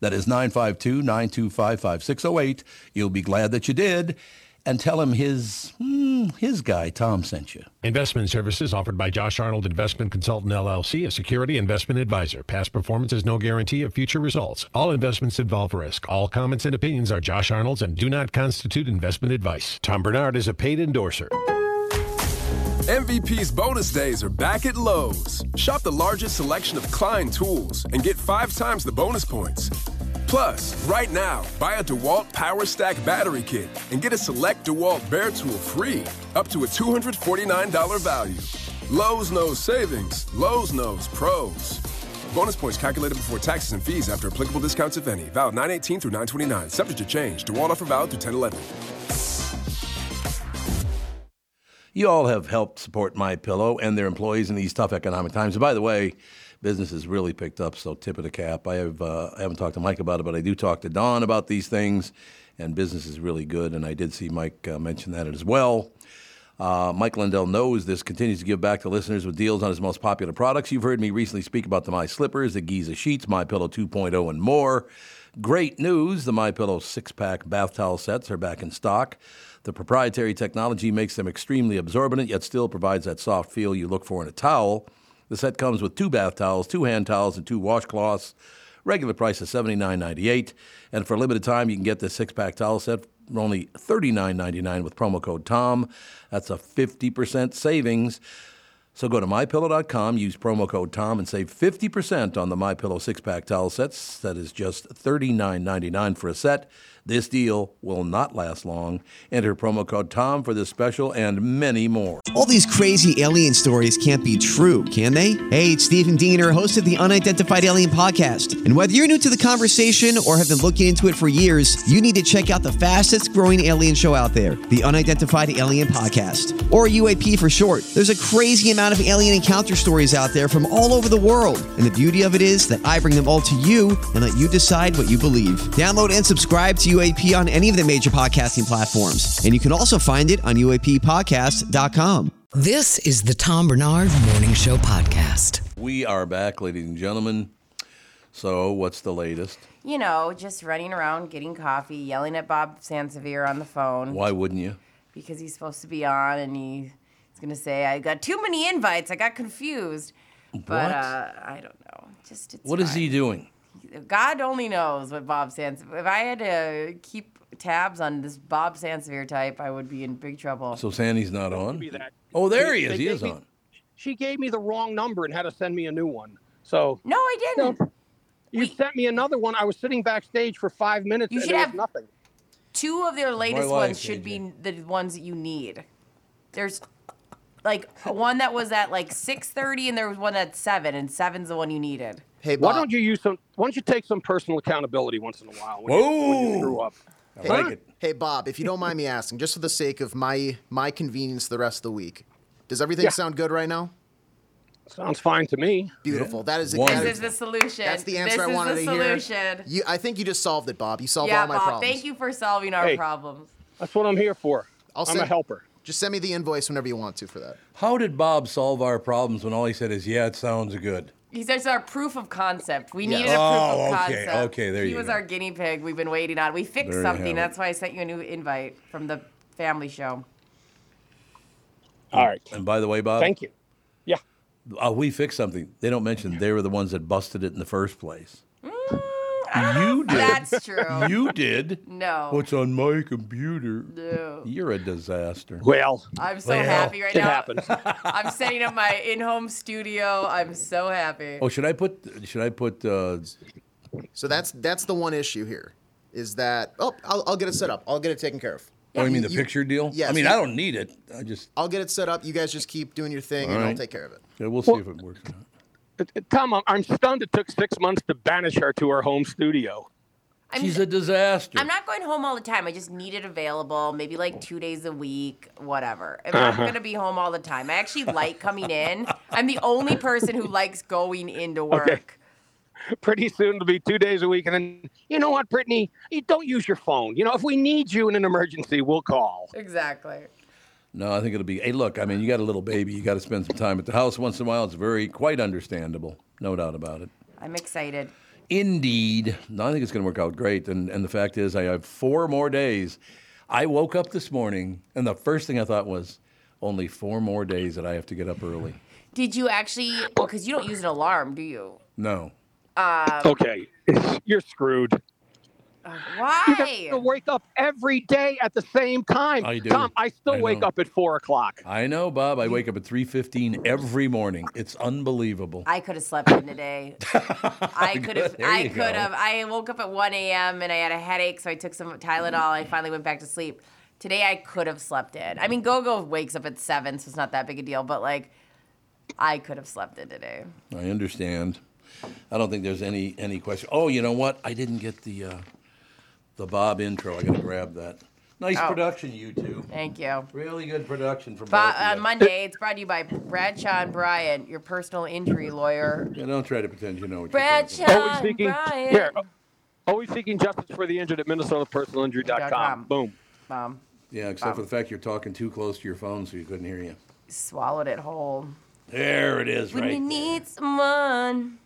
[SPEAKER 2] That is 952 925 5608. You'll be glad that you did and tell him his, hmm, his guy, Tom, sent you.
[SPEAKER 8] Investment services offered by Josh Arnold Investment Consultant LLC, a security investment advisor. Past performance is no guarantee of future results. All investments involve risk. All comments and opinions are Josh Arnold's and do not constitute investment advice. Tom Bernard is a paid endorser.
[SPEAKER 9] MVP's bonus days are back at Lowe's. Shop the largest selection of Klein tools and get five times the bonus points. Plus, right now, buy a DeWalt Power Stack battery kit and get a select DeWalt Bear Tool free, up to a $249 value. Lowe's knows savings, Lowe's knows pros. Bonus points calculated before taxes and fees after applicable discounts, if any. Valid 918 through 929, subject to change. DeWalt offer valid through 1011.
[SPEAKER 2] You all have helped support My Pillow and their employees in these tough economic times. And by the way, business has really picked up, so tip of the cap. I have uh, I haven't talked to Mike about it, but I do talk to Don about these things, and business is really good. And I did see Mike uh, mention that as well. Uh, Mike Lindell knows this, continues to give back to listeners with deals on his most popular products. You've heard me recently speak about the My Slippers, the Giza Sheets, My Pillow 2.0, and more. Great news the My Pillow six pack bath towel sets are back in stock. The proprietary technology makes them extremely absorbent, yet still provides that soft feel you look for in a towel. The set comes with two bath towels, two hand towels, and two washcloths. Regular price is $79.98. And for a limited time, you can get this six pack towel set for only $39.99 with promo code TOM. That's a 50% savings. So go to mypillow.com, use promo code TOM, and save 50% on the MyPillow six pack towel sets. That is just $39.99 for a set. This deal will not last long. Enter promo code TOM for this special and many more.
[SPEAKER 10] All these crazy alien stories can't be true, can they? Hey, it's Stephen Diener, host of the Unidentified Alien Podcast. And whether you're new to the conversation or have been looking into it for years, you need to check out the fastest growing alien show out there, the Unidentified Alien Podcast, or UAP for short. There's a crazy amount of alien encounter stories out there from all over the world. And the beauty of it is that I bring them all to you and let you decide what you believe. Download and subscribe to UAP on any of the major podcasting platforms. And you can also find it on UAPpodcast.com.
[SPEAKER 1] This is the Tom Bernard Morning Show Podcast.
[SPEAKER 2] We are back, ladies and gentlemen. So, what's the latest?
[SPEAKER 3] You know, just running around getting coffee, yelling at Bob Sansevier on the phone
[SPEAKER 2] Why wouldn't you?
[SPEAKER 3] because he's supposed to be on and he's going to say, I got too many invites. I got confused. But
[SPEAKER 2] What?
[SPEAKER 3] uh, I don't know. Just it's
[SPEAKER 2] What is he doing?
[SPEAKER 3] he? God only knows what Bob Sansevier. If I had to keep tabs on this Bob Sansevier type, I would be in big trouble.
[SPEAKER 2] So, Sandy's not on?
[SPEAKER 11] that.
[SPEAKER 2] Oh, there he
[SPEAKER 11] They-
[SPEAKER 2] is.
[SPEAKER 11] they
[SPEAKER 2] He is
[SPEAKER 11] gave me-
[SPEAKER 2] on.
[SPEAKER 11] She gave me the wrong number and had to send me a new one. So
[SPEAKER 3] no, I didn't.
[SPEAKER 11] you sent me another one. I was sitting backstage for five minutes
[SPEAKER 3] You
[SPEAKER 11] and
[SPEAKER 3] should
[SPEAKER 11] there
[SPEAKER 3] have-
[SPEAKER 11] was nothing.
[SPEAKER 3] Two of their latest
[SPEAKER 2] life,
[SPEAKER 3] ones should be the ones that you need. There's like one that was at like 6:30 and there was one at 7 and 7's the one you needed.
[SPEAKER 4] Hey, Bob.
[SPEAKER 11] Why don't you use some? Why don't you take some personal accountability once in a while when, You, when
[SPEAKER 2] Whoa.
[SPEAKER 11] you screw up?
[SPEAKER 2] I like it.
[SPEAKER 4] Hey, Bob, if you don't mind me asking, just for the sake of my my convenience the rest of the week, does everything
[SPEAKER 11] Yeah.
[SPEAKER 4] sound good right now?
[SPEAKER 11] Sounds fine to me.
[SPEAKER 4] Beautiful. That is
[SPEAKER 2] Wonderful.
[SPEAKER 4] that
[SPEAKER 3] This is the solution.
[SPEAKER 4] That's the answer
[SPEAKER 3] this
[SPEAKER 4] I wanted
[SPEAKER 3] is
[SPEAKER 4] to
[SPEAKER 3] the
[SPEAKER 4] hear.
[SPEAKER 3] solution.
[SPEAKER 4] You, I think you just solved it, Bob. You solved
[SPEAKER 3] yeah,
[SPEAKER 4] all my
[SPEAKER 3] Bob,
[SPEAKER 4] problems.
[SPEAKER 3] thank you for solving our
[SPEAKER 11] Hey.
[SPEAKER 3] problems.
[SPEAKER 11] That's what I'm here for.
[SPEAKER 4] I'll
[SPEAKER 11] I'm a
[SPEAKER 4] send-
[SPEAKER 11] helper.
[SPEAKER 4] Just send me the invoice whenever you want to for that.
[SPEAKER 2] How did Bob solve our problems when all he said is, yeah, it sounds good?
[SPEAKER 3] He says our proof of concept. We
[SPEAKER 4] Yeah.
[SPEAKER 3] needed a proof
[SPEAKER 2] Oh,
[SPEAKER 3] of
[SPEAKER 2] okay,
[SPEAKER 3] concept.
[SPEAKER 2] okay, there
[SPEAKER 3] he
[SPEAKER 2] you
[SPEAKER 3] was
[SPEAKER 2] go.
[SPEAKER 3] our guinea pig. We've been waiting on. We fixed
[SPEAKER 2] There you have
[SPEAKER 3] something.
[SPEAKER 2] it.
[SPEAKER 3] That's why I sent you a new invite from the family show.
[SPEAKER 11] All right.
[SPEAKER 2] And by the way, Bob,
[SPEAKER 11] Thank you. Yeah.
[SPEAKER 2] Uh, we fixed something. They don't mention they were the ones that busted it in the first place. you did.
[SPEAKER 3] That's true.
[SPEAKER 2] you did.
[SPEAKER 3] No.
[SPEAKER 2] What's on my computer?
[SPEAKER 3] No.
[SPEAKER 2] You're a disaster.
[SPEAKER 11] Well,
[SPEAKER 3] I'm so
[SPEAKER 2] Well,
[SPEAKER 3] happy right
[SPEAKER 11] it
[SPEAKER 3] now.
[SPEAKER 11] happens.
[SPEAKER 3] I'm setting up my in-home studio. I'm so happy.
[SPEAKER 2] Oh, should I put? Should I put? Uh,
[SPEAKER 4] So that's that's the one issue here, is that oh I'll, I'll get it set up. I'll get it taken care of.
[SPEAKER 2] Oh, you mean the picture deal?
[SPEAKER 4] Yes.
[SPEAKER 2] I mean, I don't need it. I just.
[SPEAKER 4] I'll get it set up. You guys just keep doing your thing, and
[SPEAKER 2] All
[SPEAKER 4] I'll
[SPEAKER 2] right.
[SPEAKER 4] take care of it.
[SPEAKER 2] Yeah, we'll see if it works.
[SPEAKER 11] Tom, I'm- I'm stunned it took six months to banish her to her home studio.
[SPEAKER 2] She's a disaster.
[SPEAKER 3] I'm not going home all the time. I just need it available, maybe like two days a week, whatever. I'm not
[SPEAKER 11] Uh-huh.
[SPEAKER 3] going to be home all the time. I actually like coming in. I'm the only person who likes going into work.
[SPEAKER 11] Okay. Pretty soon it'll be two days a week, and then you know what, Brittany? You don't use your phone. You know, if we need you in an emergency, we'll call.
[SPEAKER 3] Exactly.
[SPEAKER 2] No, I think it'll be. Hey, look, I mean, you got a little baby. You got to spend some time at the house once in a while. It's very, quite understandable. No doubt about it.
[SPEAKER 3] I'm excited.
[SPEAKER 2] Indeed. No, I think it's going to work out great. And, and the fact is, I have four more days. I woke up this morning, and the first thing I thought was, only four more days that I have to get up early.
[SPEAKER 3] Did you actually? Because you don't use an alarm, do you?
[SPEAKER 2] No.
[SPEAKER 3] Um,
[SPEAKER 11] Okay, you're screwed.
[SPEAKER 3] Why?
[SPEAKER 11] You wake up every day at the same time.
[SPEAKER 2] I do.
[SPEAKER 11] Tom, I still
[SPEAKER 2] I
[SPEAKER 11] wake
[SPEAKER 2] know.
[SPEAKER 11] up at four o'clock.
[SPEAKER 2] I know, Bob. I wake up at 3.15 every morning. It's unbelievable.
[SPEAKER 3] I could have slept in today. I could have.
[SPEAKER 2] There
[SPEAKER 3] I
[SPEAKER 2] you
[SPEAKER 3] could
[SPEAKER 2] go.
[SPEAKER 3] have. I woke up at 1 a.m. and I had a headache, so I took some Tylenol. I finally went back to sleep. Today I could have slept in. I mean, Gogo wakes up at seven, so it's not that big a deal. But like, I could have slept in today.
[SPEAKER 2] I understand. I don't think there's any any question. Oh, you know what? I didn't get the uh, the Bob intro. I got to grab that. Nice
[SPEAKER 3] Oh.
[SPEAKER 2] production, you two.
[SPEAKER 3] Thank you.
[SPEAKER 2] Really good production from
[SPEAKER 3] But
[SPEAKER 2] both
[SPEAKER 4] uh,
[SPEAKER 2] of
[SPEAKER 3] on
[SPEAKER 2] you.
[SPEAKER 3] Monday, it's brought to you by Bradshaw and Bryant, your personal injury lawyer.
[SPEAKER 2] Yeah, don't try to pretend you know what
[SPEAKER 3] Bradshaw
[SPEAKER 11] Always
[SPEAKER 3] and
[SPEAKER 11] seeking,
[SPEAKER 3] Bryant.
[SPEAKER 11] here, always seeking justice for the injured at MinnesotaPersonalInjury.com. Boom.
[SPEAKER 3] Mom
[SPEAKER 2] you're Yeah, except for the fact you're talking too close to your phone, so you couldn't hear you.
[SPEAKER 3] swallowed it whole.
[SPEAKER 2] There it is,
[SPEAKER 3] When
[SPEAKER 2] right?
[SPEAKER 3] you need someone.
[SPEAKER 2] Are you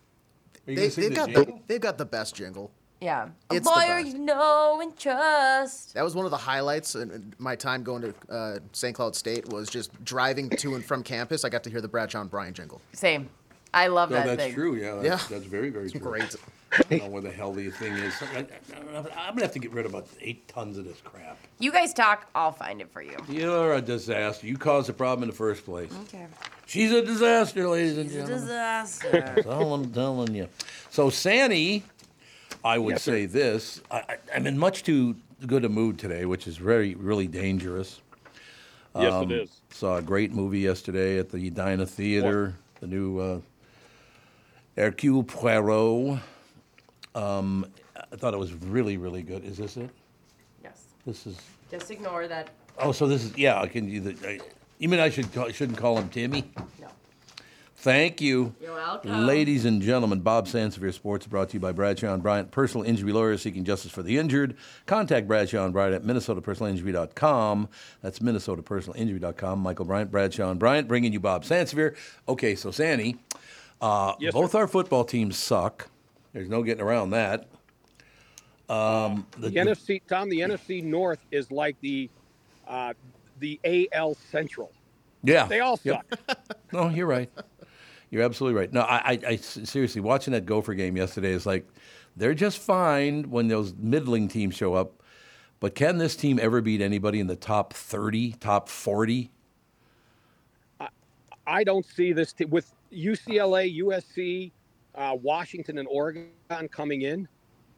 [SPEAKER 4] They,
[SPEAKER 2] gonna sing
[SPEAKER 4] they've
[SPEAKER 2] the
[SPEAKER 4] got the,
[SPEAKER 2] jingle? Oh,
[SPEAKER 4] they've got the best jingle.
[SPEAKER 3] Yeah. A
[SPEAKER 4] It's the
[SPEAKER 3] lawyer
[SPEAKER 4] best.
[SPEAKER 3] you know and trust.
[SPEAKER 4] That was one of the highlights in- in my time going to uh, St. Cloud State was just driving to and from campus. I got to hear the Bradshaw and Brian jingle.
[SPEAKER 3] Same. I love
[SPEAKER 2] No,
[SPEAKER 3] that
[SPEAKER 2] that's
[SPEAKER 3] thing.
[SPEAKER 2] true. Yeah, that's,
[SPEAKER 4] Yeah.
[SPEAKER 2] that's very, very true.
[SPEAKER 4] Great.
[SPEAKER 2] I don't know where the hell the thing is. I, am gonna have to get rid of about eight tons of this crap.
[SPEAKER 3] You guys talk. I'll find it for you.
[SPEAKER 2] You're a disaster. You caused the problem in the first place.
[SPEAKER 3] Okay.
[SPEAKER 2] She's a disaster, ladies and
[SPEAKER 3] It's a
[SPEAKER 2] gentlemen.
[SPEAKER 3] disaster.
[SPEAKER 2] That's all I'm telling you. So, Sanny, I would
[SPEAKER 11] Yes, sir.
[SPEAKER 2] say this. I, I, I'm in much too good a mood today, which is very, really dangerous. Um,
[SPEAKER 11] Yes, it is.
[SPEAKER 2] Saw a great movie yesterday at the Edina Theater, the new uh, Hercule Poirot. Um, I thought it was really, really good. Is this it?
[SPEAKER 3] yes.
[SPEAKER 2] This is.
[SPEAKER 3] Just ignore that.
[SPEAKER 2] Oh, so this is yeah. I can you. I, you mean I should call, shouldn't call him Timmy?
[SPEAKER 3] No.
[SPEAKER 2] Thank you.
[SPEAKER 3] You're welcome.
[SPEAKER 2] Ladies and gentlemen, Bob Sansevier Sports brought to you by Bradshaw and Bryant, personal injury lawyer seeking justice for the injured. Contact Bradshaw and Bryant at minnesotapersonalinjury.com. That's minnesotapersonalinjury.com. Michael Bryant, Bradshaw and Bryant, bringing you Bob Sansevier. Okay, so Sandy, uh, both our football teams suck. There's no getting around that. Um,
[SPEAKER 11] The, NFC, Tom, the NFC North is like the uh, the AL Central.
[SPEAKER 2] Yeah.
[SPEAKER 11] They all
[SPEAKER 2] Yep. no, you're right. You're absolutely right. No, I, I, I s- seriously watching that Gopher game yesterday is like they're just fine when those middling teams show up, but can this team ever beat anybody in the top 30, top 40?
[SPEAKER 11] I don't see this t- with UCLA, USC, uh, Washington, and Oregon coming in.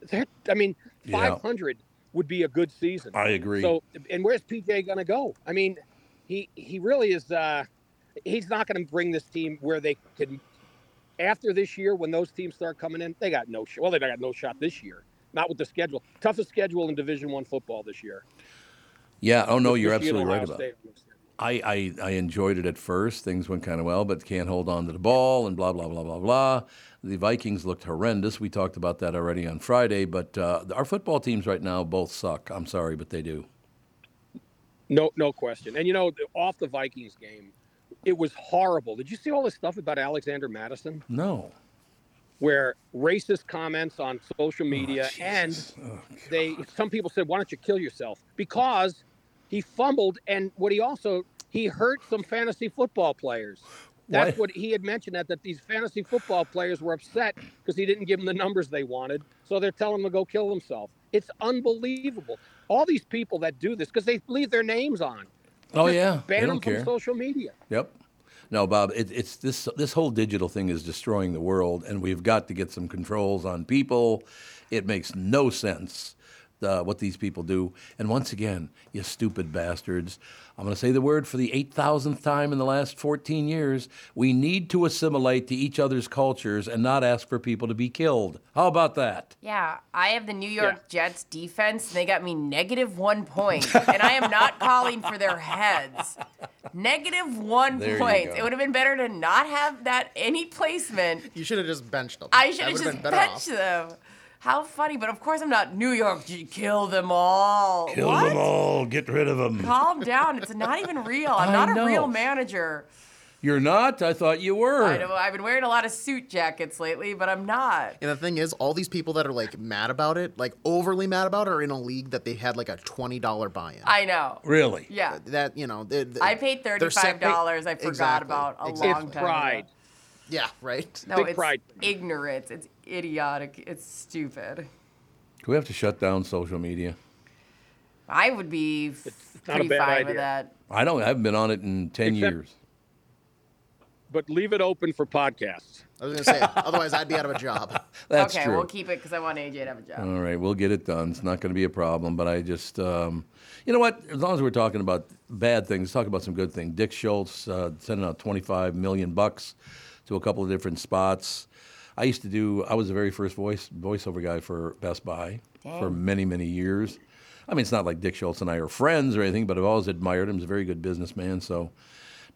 [SPEAKER 11] they're- I mean,
[SPEAKER 2] Yeah.
[SPEAKER 11] 500 would be a good season.
[SPEAKER 2] I agree.
[SPEAKER 11] So, and where's PJ going to go? I mean, he he really is. Uh, he's not going to bring this team where they can. After this year, when those teams start coming in, they got no shot. Well, they got no shot this year. Not with the schedule. Toughest schedule in Division One football this year.
[SPEAKER 2] Yeah. Oh no,
[SPEAKER 11] With
[SPEAKER 2] you're
[SPEAKER 11] Michigan,
[SPEAKER 2] absolutely right
[SPEAKER 11] Ohio
[SPEAKER 2] about.
[SPEAKER 11] State.
[SPEAKER 2] It. I, I I enjoyed it at first. Things went kind of well, but can't hold on to the ball and blah blah blah blah blah. The Vikings looked horrendous. We talked about that already on Friday. But uh, our football teams right now both suck. I'm sorry, but they do.
[SPEAKER 11] No, no question. And you know, off the Vikings game, it was horrible. Did you see all this stuff about Alexander Madison,
[SPEAKER 2] No.
[SPEAKER 11] where racist comments on social media, and they some people said, "Why don't you kill yourself?" Because he fumbled, and what he also he hurt some fantasy football players. That's
[SPEAKER 2] Why?
[SPEAKER 11] what he had mentioned that that these fantasy football players were upset because he didn't give them the numbers they wanted, so they're telling him to go kill himself. It's unbelievable. All these people that do this because they leave their names on.
[SPEAKER 2] Oh
[SPEAKER 11] Just
[SPEAKER 2] yeah.
[SPEAKER 11] ban
[SPEAKER 2] they
[SPEAKER 11] them
[SPEAKER 2] don't
[SPEAKER 11] from
[SPEAKER 2] care.
[SPEAKER 11] social media.
[SPEAKER 2] Yep. No, Bob, it, it's this this whole digital thing is destroying the world, and we've got to get some controls on people. It makes no sense. The- uh, what these people do. And once again, you stupid bastards, I'm going to say the word for the 8,000th time in the last 14 years. We need to assimilate to each other's cultures and not ask for people to be killed. How about that?
[SPEAKER 3] Yeah, I have the New York Jets defense. And they got me negative one point, and I am not calling for their heads. Negative one
[SPEAKER 4] There you
[SPEAKER 3] point.
[SPEAKER 4] go.
[SPEAKER 3] It would have been better to not have that any placement.
[SPEAKER 4] You should have just benched them.
[SPEAKER 3] I
[SPEAKER 4] That
[SPEAKER 3] should have
[SPEAKER 4] would've
[SPEAKER 3] just
[SPEAKER 4] been better off.
[SPEAKER 3] benched them. How funny! But of course, I'm not New York. J- Kill them all.
[SPEAKER 2] Kill
[SPEAKER 3] what?
[SPEAKER 2] them all. Get rid of them.
[SPEAKER 3] Calm down. It's not even real. I'm
[SPEAKER 2] I
[SPEAKER 3] not
[SPEAKER 2] know.
[SPEAKER 3] a real manager.
[SPEAKER 2] You're not? I thought you were.
[SPEAKER 3] I know, I've been wearing a lot of suit jackets lately, but I'm not.
[SPEAKER 4] And the thing is, all these people that are like mad about it, like overly mad about it, are in a league that they had like a twenty dollar buy-in.
[SPEAKER 3] I know.
[SPEAKER 2] Really?
[SPEAKER 3] Yeah.
[SPEAKER 4] That you know, they, they-
[SPEAKER 3] I paid
[SPEAKER 4] they're set- they-
[SPEAKER 3] $35 I forgot
[SPEAKER 4] Exactly,
[SPEAKER 3] about a
[SPEAKER 4] exactly.
[SPEAKER 3] long time ago. Pride.
[SPEAKER 4] Yeah, right.
[SPEAKER 3] No, it's ignorance. It's idiotic. It's stupid.
[SPEAKER 2] Do we have to shut down social media?
[SPEAKER 3] I would be f-
[SPEAKER 11] not a
[SPEAKER 3] pretty
[SPEAKER 11] bad
[SPEAKER 3] fine
[SPEAKER 11] idea.
[SPEAKER 3] with that.
[SPEAKER 2] I don't. I haven't been on it in 10
[SPEAKER 11] Except-
[SPEAKER 2] years.
[SPEAKER 11] But leave it open for podcasts.
[SPEAKER 4] I was going to say, otherwise I'd be out of a job.
[SPEAKER 2] That's
[SPEAKER 3] okay,
[SPEAKER 2] true. Mm.
[SPEAKER 3] we'll keep it because I want AJ to have a job.
[SPEAKER 2] All right, we'll get it done. It's not going to be a problem, but I just, um, you know what? As long as we're talking about bad things, let's talk about some good things. Dick Schultz uh, sending out 25 million bucks to a couple of different spots. I used to do. I was the very first voice voiceover guy for Best Buy for
[SPEAKER 12] Dang.
[SPEAKER 2] many many years. I mean, it's not like Dick Schultz and I are friends or anything, but I've always admired him. He's a very good businessman. So,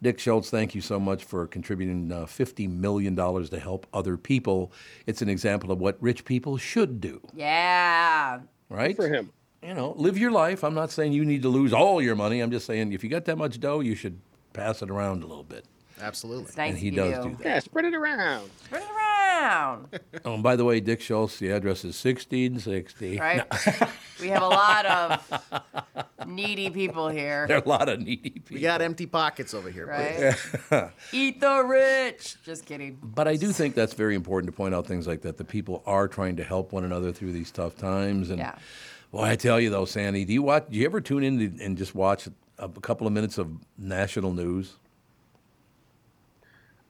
[SPEAKER 2] Dick Schultz, thank you so much for contributing uh, fifty million dollars to help other people. It's an example of what rich people should do
[SPEAKER 3] Yeah.
[SPEAKER 2] right?
[SPEAKER 11] for him.
[SPEAKER 2] You know, live your life. I'm not saying you need to lose all your money. I'm just saying if you got that much dough, you should pass it around a little bit.
[SPEAKER 4] Absolutely.
[SPEAKER 2] nice And he of does you. do that.
[SPEAKER 11] Yeah, spread it around.
[SPEAKER 3] Spread it around.
[SPEAKER 2] Oh, and by the way, Dick Schultz, the address is 1660.
[SPEAKER 3] Right? we have a lot of needy people here.
[SPEAKER 2] there are a lot of needy people.
[SPEAKER 4] We got empty pockets over here.
[SPEAKER 3] Right? Eat the rich. Just kidding.
[SPEAKER 2] But I do think that's very important to point out things like that. The people are trying to help one another through these tough times. And
[SPEAKER 3] Yeah.
[SPEAKER 2] boy, I tell you though, Sandy, do you watch? Do you ever tune in to, and just watch a, a couple of minutes of national news?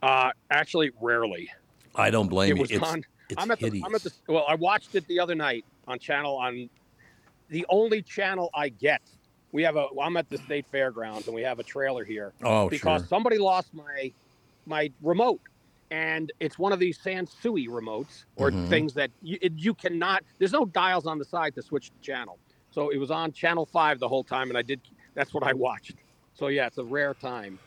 [SPEAKER 11] Uh, actually, rarely.
[SPEAKER 2] I don't blame
[SPEAKER 11] it
[SPEAKER 2] you.
[SPEAKER 11] was
[SPEAKER 2] It's,
[SPEAKER 11] on.
[SPEAKER 2] it's
[SPEAKER 11] I'm at
[SPEAKER 2] hideous.
[SPEAKER 11] The, I'm at the, well, I watched it the other night on channel on the only channel I get. We have a. I'm at the state fairgrounds and we have a trailer here.
[SPEAKER 2] Oh,
[SPEAKER 11] because
[SPEAKER 2] sure.
[SPEAKER 11] somebody lost my my remote, and it's one of these Sansui remotes or
[SPEAKER 2] Mhm.
[SPEAKER 11] things that you, it, you cannot. There's no dials on the side to switch the channel. So it was on channel five the whole time, and I did. That's what I watched. So yeah, it's a rare time.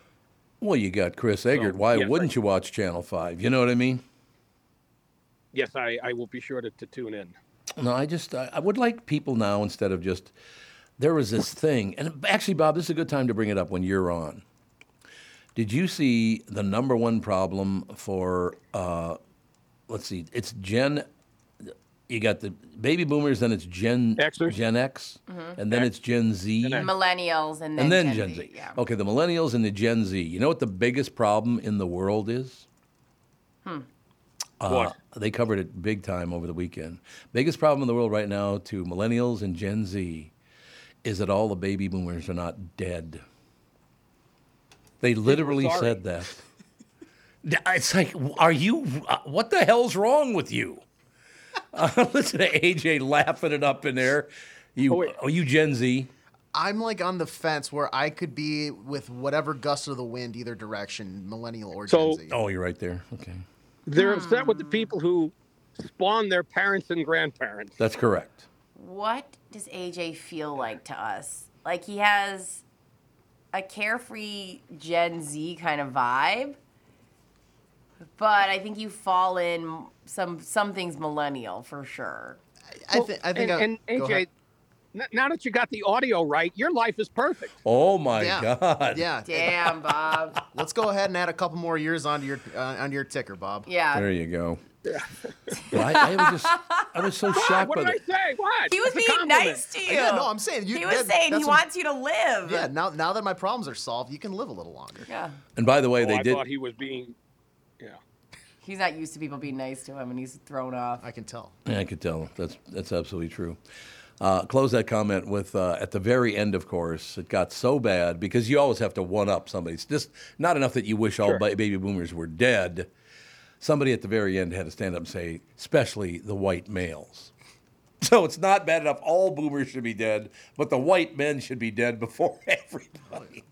[SPEAKER 2] Well, you got Chris Eggert. Why
[SPEAKER 11] yeah,
[SPEAKER 2] wouldn't you watch Channel 5? You know what I mean?
[SPEAKER 11] Yes, I, I will be sure to, to tune in.
[SPEAKER 2] No, I just, I, I would like people now instead of just, there was this thing. And actually, Bob, this is a good time to bring it up when you're on. Did you see the number one problem for, uh, let's see, it's Gen, you got the baby boomers, then it's Gen, Gen X,
[SPEAKER 3] Mhm.
[SPEAKER 2] and then it's Gen Z.
[SPEAKER 3] Millennials and then,
[SPEAKER 2] and then Mm-hmm.
[SPEAKER 3] Gen,
[SPEAKER 2] Gen,
[SPEAKER 3] Z.
[SPEAKER 2] Z.
[SPEAKER 3] Yeah.
[SPEAKER 2] Okay, the millennials and the Gen Z. You know what the biggest problem in the world is?
[SPEAKER 3] Hmm.
[SPEAKER 2] Uh, they covered it big time over the weekend. Biggest problem in the world right now to millennials and Gen Z is that all the baby boomers are not dead. They literally
[SPEAKER 12] sorry.
[SPEAKER 2] said that. D- It's like, w- are you? uh, What the hell's wrong with you? Uh, listen to AJ laughing it up in there. You, oh, you Gen Z?
[SPEAKER 4] I'm like on the fence where I could be with whatever gust of the wind, either direction, millennial or
[SPEAKER 11] So-
[SPEAKER 4] Gen Z.
[SPEAKER 2] Oh, you're right there. Okay,
[SPEAKER 11] They're upset
[SPEAKER 3] Hmm.
[SPEAKER 11] with the people who spawned their parents and grandparents.
[SPEAKER 2] that's correct.
[SPEAKER 3] What does AJ feel like to us? Like he has a carefree Gen Z kind of vibe, but I think you fall in some something's millennial for sure.
[SPEAKER 4] I, thi- I think I-
[SPEAKER 11] And, and
[SPEAKER 4] go
[SPEAKER 11] AJ,
[SPEAKER 4] ahead.
[SPEAKER 11] n- now that you got the audio right, your life is perfect.
[SPEAKER 2] Oh my
[SPEAKER 4] Yeah.
[SPEAKER 2] God!
[SPEAKER 4] Yeah.
[SPEAKER 3] Damn, Bob.
[SPEAKER 4] Let's go ahead and add a couple more years onto your uh, onto your ticker, Bob.
[SPEAKER 3] Yeah.
[SPEAKER 2] There you go. Well, I, I was just, I was so shocked by that.
[SPEAKER 11] say? What?
[SPEAKER 3] He was
[SPEAKER 4] That's a
[SPEAKER 3] being
[SPEAKER 4] compliment. Oh,
[SPEAKER 3] nice to you.
[SPEAKER 4] Yeah, no, I'm saying you-
[SPEAKER 3] he was
[SPEAKER 4] that-
[SPEAKER 3] saying he
[SPEAKER 4] that's a-
[SPEAKER 3] wants you to live.
[SPEAKER 4] Yeah. Now now that my problems are solved, you can live a little longer.
[SPEAKER 3] Yeah.
[SPEAKER 2] And by the way, they
[SPEAKER 11] Oh, I
[SPEAKER 2] did.
[SPEAKER 11] thought he was being. Yeah.
[SPEAKER 3] He's not used to people being nice to him, and he's thrown off.
[SPEAKER 4] I can tell.
[SPEAKER 2] Yeah, I could tell. That's that's absolutely true. Uh, close that comment with uh, at the very end, of course, it got so bad because you always have to one up somebody. It's just not enough that you wish all
[SPEAKER 12] Sure.
[SPEAKER 2] ba- baby boomers were dead. Somebody at the very end had to stand up and say, especially the white males. So it's not bad enough. All boomers should be dead, but the white men should be dead before everybody.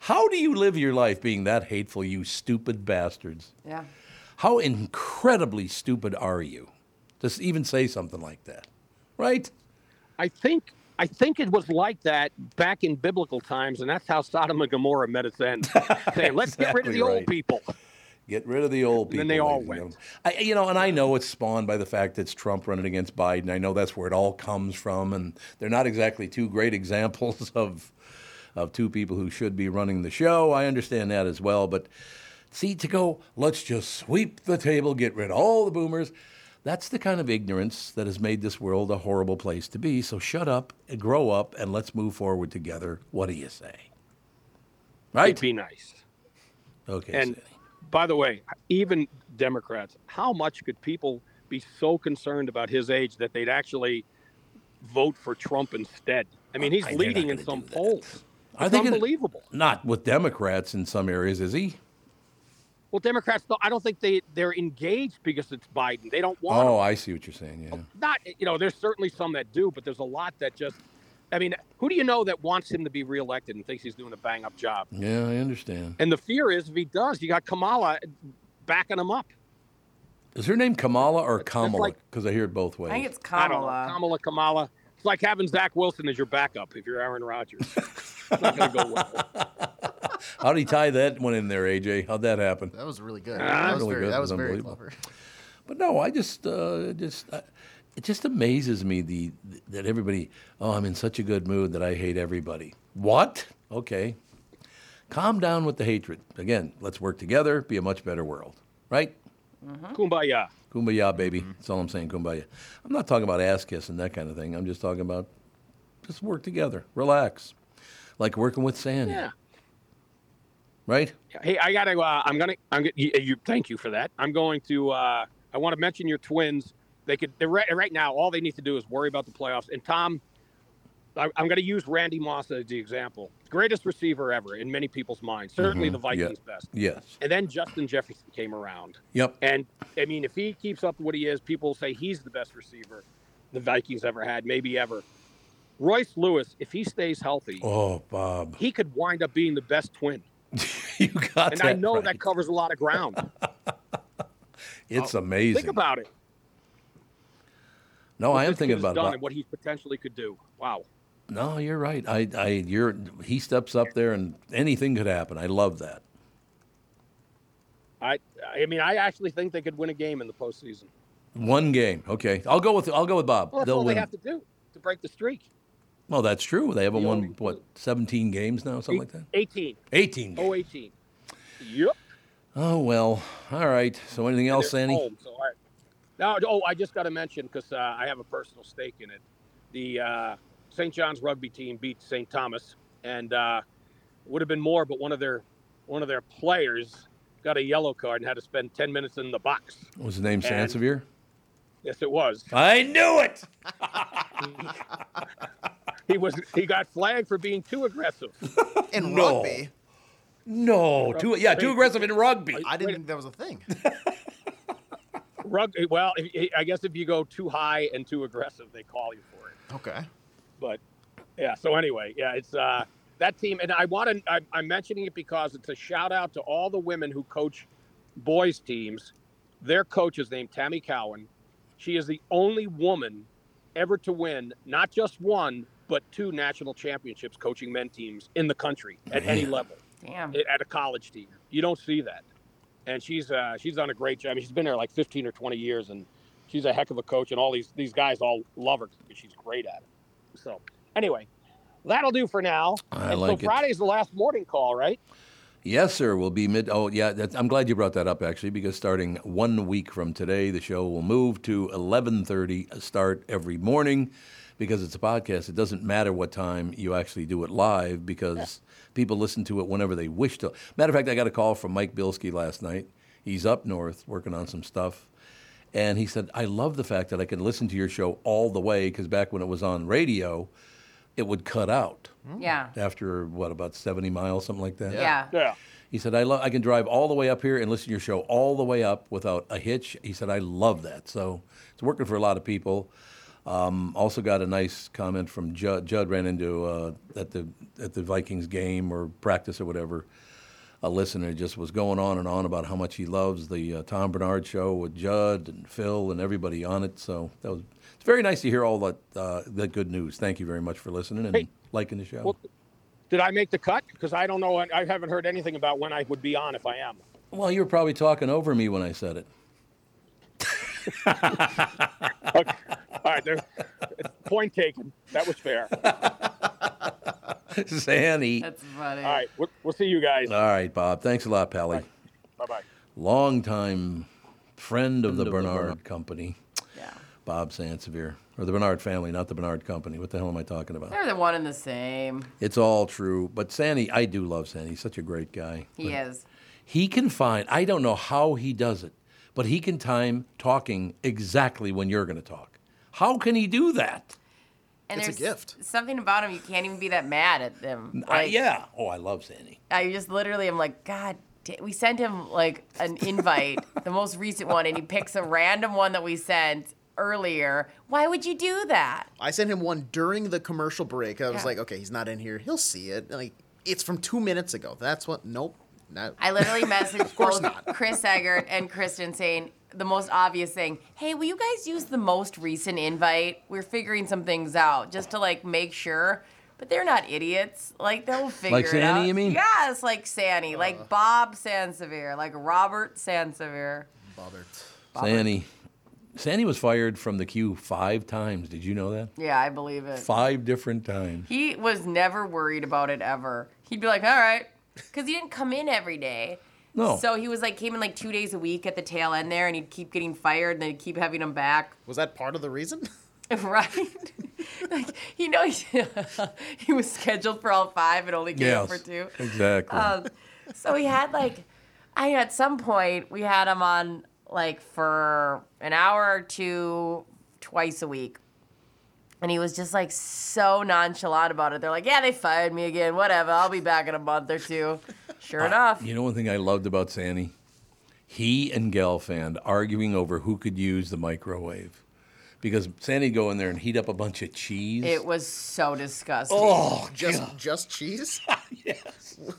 [SPEAKER 2] How do you live your life being that hateful, you stupid bastards?
[SPEAKER 3] Yeah.
[SPEAKER 2] How incredibly stupid are you to even say something like that? Right?
[SPEAKER 11] I think I think it was like that back in biblical times, and that's how Sodom and Gomorrah met its end. Saying, let's get rid of
[SPEAKER 2] Exactly
[SPEAKER 11] the old
[SPEAKER 2] right.
[SPEAKER 11] people.
[SPEAKER 2] Get rid of the old
[SPEAKER 11] And
[SPEAKER 2] people.
[SPEAKER 11] then they all
[SPEAKER 2] ladies and gentlemen. I, you know, and I know it's spawned by the fact that it's Trump running against Biden. I know that's where it all comes from, and they're not exactly two great examples of of two people who should be running the show. I understand that as well, but see, to go, let's just sweep the table, get rid of all the boomers. That's the kind of ignorance that has made this world a horrible place to be. So shut up, grow up, and let's move forward together. What do you say? Right?
[SPEAKER 11] Be nice.
[SPEAKER 2] Okay.
[SPEAKER 11] And by the way, even Democrats, how much could people be so concerned about his age that they'd actually vote for Trump instead? I mean, he's
[SPEAKER 2] I- they're not
[SPEAKER 11] leading in some polls.
[SPEAKER 2] Are
[SPEAKER 11] It's
[SPEAKER 2] they gonna-
[SPEAKER 11] unbelievable.
[SPEAKER 2] Not with Democrats in some areas, is he?
[SPEAKER 11] Well, Democrats, though, I don't think they they're engaged because it's Biden. They don't want.
[SPEAKER 2] Oh,
[SPEAKER 11] him.
[SPEAKER 2] I see what you're saying. Yeah.
[SPEAKER 11] Not you know, there's certainly some that do, but there's a lot that just. I mean, who do you know that wants him to be reelected and thinks he's doing a bang up job?
[SPEAKER 2] Yeah, I understand.
[SPEAKER 11] And the fear is, if he does, you got Kamala backing him up.
[SPEAKER 2] Is her name Kamala or Kamala?
[SPEAKER 11] like-
[SPEAKER 2] Because I hear it both ways.
[SPEAKER 11] it's Kamala. Kamala, Kamala. It's like having Zach Wilson as your backup if you're Aaron Rodgers. it's not going to go well.
[SPEAKER 2] How would he tie that one in there, AJ? How'd that happen?
[SPEAKER 4] That was really good.
[SPEAKER 2] Ah,
[SPEAKER 4] that was
[SPEAKER 2] really
[SPEAKER 4] very,
[SPEAKER 2] good.
[SPEAKER 4] That
[SPEAKER 2] It
[SPEAKER 4] was
[SPEAKER 2] was
[SPEAKER 4] very
[SPEAKER 2] unbelievable.
[SPEAKER 4] clever.
[SPEAKER 2] But no, I just, uh, just, I, it just amazes me the that everybody. Oh, I'm in such a good mood that I hate everybody. What? Okay, calm down with the hatred. Again, let's work together. Be a much better world, right?
[SPEAKER 11] Kumbaya.
[SPEAKER 2] Kumbaya, baby.
[SPEAKER 11] Mm-hmm.
[SPEAKER 2] That's all I'm saying. Kumbaya. I'm not talking about ass kissing that kind of thing. I'm just talking about just work together, relax, like working with Sandy,
[SPEAKER 11] Yeah.
[SPEAKER 2] right?
[SPEAKER 11] Hey, I gotta. Uh, I'm gonna. I'm. Gonna, you, you. Thank you for that. I'm going to. Uh, I want to mention your twins. They could. They're right, right now. All they need to do is worry about the playoffs. And Tom, I, I'm going to use Randy Moss as the example. Greatest receiver ever in many people's minds. Certainly
[SPEAKER 2] Mhm.
[SPEAKER 11] the
[SPEAKER 2] Yeah.
[SPEAKER 11] Vikings' best.
[SPEAKER 2] Yes.
[SPEAKER 11] And then Justin Jefferson came around.
[SPEAKER 2] Yep.
[SPEAKER 11] And I mean, if he keeps up what he is, people say he's the best receiver the Vikings ever had, maybe ever. Royce Lewis, if he stays healthy,
[SPEAKER 2] Oh, Bob.
[SPEAKER 11] he could wind up being the best twin.
[SPEAKER 2] you got
[SPEAKER 11] and
[SPEAKER 2] that.
[SPEAKER 11] I know
[SPEAKER 2] right.
[SPEAKER 11] that covers a lot of ground.
[SPEAKER 2] It's
[SPEAKER 11] uh, Think
[SPEAKER 2] amazing.
[SPEAKER 11] about it.
[SPEAKER 2] no,
[SPEAKER 11] What
[SPEAKER 2] Oh, I am
[SPEAKER 11] this kid
[SPEAKER 2] thinking
[SPEAKER 11] has
[SPEAKER 2] about it.
[SPEAKER 11] done
[SPEAKER 2] Bob.
[SPEAKER 11] and what he potentially could do. Wow.
[SPEAKER 2] No, you're right. I, I, you're. He steps up there, and anything could happen. I love that.
[SPEAKER 11] I I mean, I actually think they could win a game in the postseason.
[SPEAKER 2] One game. Okay, I'll go with. I'll go with Bob.
[SPEAKER 11] Well, that's
[SPEAKER 2] They'll
[SPEAKER 11] all
[SPEAKER 2] win.
[SPEAKER 11] they have to do to break the streak.
[SPEAKER 2] well, that's true. They haven't won what 17 games now, something like that.
[SPEAKER 11] 18.
[SPEAKER 2] 18.
[SPEAKER 11] Oh, 18. Yep.
[SPEAKER 2] Oh well. All right. So anything else,
[SPEAKER 11] They're
[SPEAKER 2] Oh, Sandy?
[SPEAKER 11] home, so I, now, oh, I just got to mention because uh, I have a personal stake in it. The uh, St. John's rugby team beat St. Thomas, and uh, would have been more, but one of their one of their players got a yellow card and had to spend ten minutes in the box.
[SPEAKER 2] What was the name
[SPEAKER 11] And-
[SPEAKER 2] Sansevier?
[SPEAKER 11] Yes, it was.
[SPEAKER 2] I knew it.
[SPEAKER 11] He was he got flagged for being too aggressive.
[SPEAKER 4] In
[SPEAKER 2] No.
[SPEAKER 4] rugby,
[SPEAKER 2] No, too yeah, too aggressive in rugby.
[SPEAKER 4] I didn't think that was a thing.
[SPEAKER 11] Rug, well, if, I guess if you go too high and too aggressive, they call you for it.
[SPEAKER 4] Okay.
[SPEAKER 11] but yeah so anyway yeah it's uh that team and i want to I'm, I'm mentioning it because it's a shout out to all the women who coach boys teams their coach is named tammy cowan she is the only woman ever to win not just one but two national championships coaching men teams in the country at any
[SPEAKER 3] Man.
[SPEAKER 11] level
[SPEAKER 3] Damn.
[SPEAKER 11] at a college team you don't see that and she's uh, she's done a great job. I mean, she's been there like 15 or 20 years, and she's a heck of a coach. And all these these guys all love her because she's great at it. So anyway, that'll do for now.
[SPEAKER 2] I
[SPEAKER 11] and
[SPEAKER 2] like
[SPEAKER 11] so
[SPEAKER 2] it.
[SPEAKER 11] Friday's the last morning call, right?
[SPEAKER 2] Yes, sir. We'll be mid. Oh, yeah. That's, I'm glad you brought that up actually, because starting one week from today, the show will move to 11:30 start every morning, because it's a podcast. It doesn't matter what time you actually do it live, because people listen to it whenever they wish to. Matter of fact, I got a call from Mike Bilski last night. He's up north working on some stuff. And he said, I love the fact that I can listen to your show all the way because back when it was on radio, it would cut out
[SPEAKER 3] Yeah.
[SPEAKER 2] after what, about 70 miles, something like that?
[SPEAKER 3] Hmm. Yeah.
[SPEAKER 11] Yeah.
[SPEAKER 2] He said, I, lo- I can drive all the way up here and listen to your show all the way up without a hitch. He said, I love that. So it's working for a lot of people. Um, also got a nice comment from Judd. Judd ran into uh, at the at the Vikings game or practice or whatever. A listener just was going on and on about how much he loves the uh, Tom Bernard show with Judd and Phil and everybody on it. So that was it's very nice to hear all that uh, that good news. Thank you very much for listening and
[SPEAKER 11] Hey.
[SPEAKER 2] liking the show.
[SPEAKER 11] Well, did I make the cut? Because I don't know. I haven't heard anything about when I would be on if I am.
[SPEAKER 2] Well, you were probably talking over me when I said it.
[SPEAKER 11] All right, there, point taken. That was fair.
[SPEAKER 2] Zanny.
[SPEAKER 11] That's funny. All right, we'll, we'll see you guys.
[SPEAKER 12] Uh,
[SPEAKER 2] All right, Bob. Thanks a lot, Pally.
[SPEAKER 11] Bye bye.
[SPEAKER 2] Longtime friend of the Bernard Company. Bob Sansevier. Or the Bernard family, not the Bernard Company. What the hell am I talking about?
[SPEAKER 3] They're the one and the same.
[SPEAKER 2] It's all true. But Sandy, I do love Sandy. He's such a great guy.
[SPEAKER 3] He is.
[SPEAKER 2] He can find, I don't know how he does it, but he can time talking exactly when you're going to talk. How can he do that?
[SPEAKER 3] And
[SPEAKER 2] It's a
[SPEAKER 3] there's something about him you can't even be that mad at them.
[SPEAKER 2] I, yeah. Oh, I love Sandy.
[SPEAKER 3] I just literally am like, God, da- we sent him like an invite, the most recent one, and he picks a random one that we sent earlier. Why would you do that?
[SPEAKER 4] I sent him one during the commercial break. I was
[SPEAKER 3] Yeah.
[SPEAKER 4] like, okay, he's not in here. He'll see it. Like, it's from two minutes ago. That's what. Nope. Not.
[SPEAKER 3] I literally messaged
[SPEAKER 4] Of course
[SPEAKER 3] both
[SPEAKER 4] not.
[SPEAKER 3] Chris Eggert and Kristen saying the most obvious thing. Hey, will you guys use the most recent invite? We're figuring some things out just to like make sure. But they're not idiots. Like they'll figure it
[SPEAKER 2] Sandy,
[SPEAKER 3] out.
[SPEAKER 2] you mean?
[SPEAKER 3] Yes, like Sandy, like Bob Sansevier, like Robert Sansevier.
[SPEAKER 4] Bothered.
[SPEAKER 2] Sandy. Sandy was fired from the queue five times. Did you know that?
[SPEAKER 3] Yeah, I believe it.
[SPEAKER 2] Five different times.
[SPEAKER 3] He was never worried about it ever. He'd be like, all right. Because he didn't come in every day.
[SPEAKER 2] No.
[SPEAKER 3] So he was like, came in like two days a week at the tail end there, and he'd keep getting fired, and then he'd keep having him back.
[SPEAKER 4] Was that part of the reason?
[SPEAKER 3] right? like, you know, he was scheduled for all five and only came
[SPEAKER 2] Yes,
[SPEAKER 3] for two.
[SPEAKER 2] exactly.
[SPEAKER 3] Um, so he had like, I at some point we had him on like for an hour or two twice a week. And he was just like so nonchalant about it. They're like, yeah, they fired me again. Whatever. I'll be back in a month or two. Sure enough.
[SPEAKER 2] You know one thing I loved about Sandy? He and Gelfand arguing over who could use the microwave. Because Sandy'd go in there and heat up a bunch of cheese.
[SPEAKER 3] It was so disgusting.
[SPEAKER 2] Oh,
[SPEAKER 4] just just cheese? yes.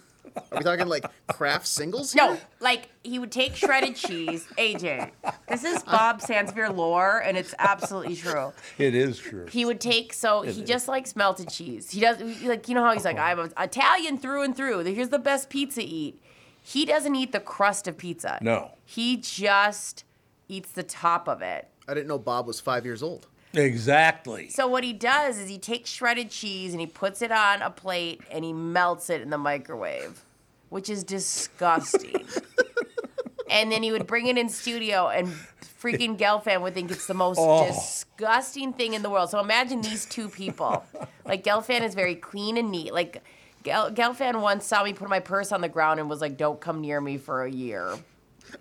[SPEAKER 4] Are we talking like craft singles?
[SPEAKER 3] No, like he would take shredded cheese. AJ, this is Bob Sansevier lore, and it's absolutely true.
[SPEAKER 2] it is true.
[SPEAKER 3] He would take so
[SPEAKER 2] It
[SPEAKER 3] he
[SPEAKER 2] is. Uh-huh.
[SPEAKER 3] just likes melted cheese. He does he- like you know how he's like I'm Italian through and through. Here's the best pizza to eat. He doesn't eat the crust of pizza.
[SPEAKER 2] No.
[SPEAKER 3] He just eats the top of it.
[SPEAKER 4] I didn't know Bob was five years old.
[SPEAKER 2] Exactly.
[SPEAKER 3] So what he does is he takes shredded cheese and he puts it on a plate and he melts it in the microwave, which is disgusting. and then he would bring it in studio and freaking Gelfand would think it's the most
[SPEAKER 12] Oh.
[SPEAKER 3] disgusting thing in the world. So imagine these two people. Like Gelfand is very clean and neat. Like Gel- Gelfand once saw me put my purse on the ground and was like, "Don't come near me for a year."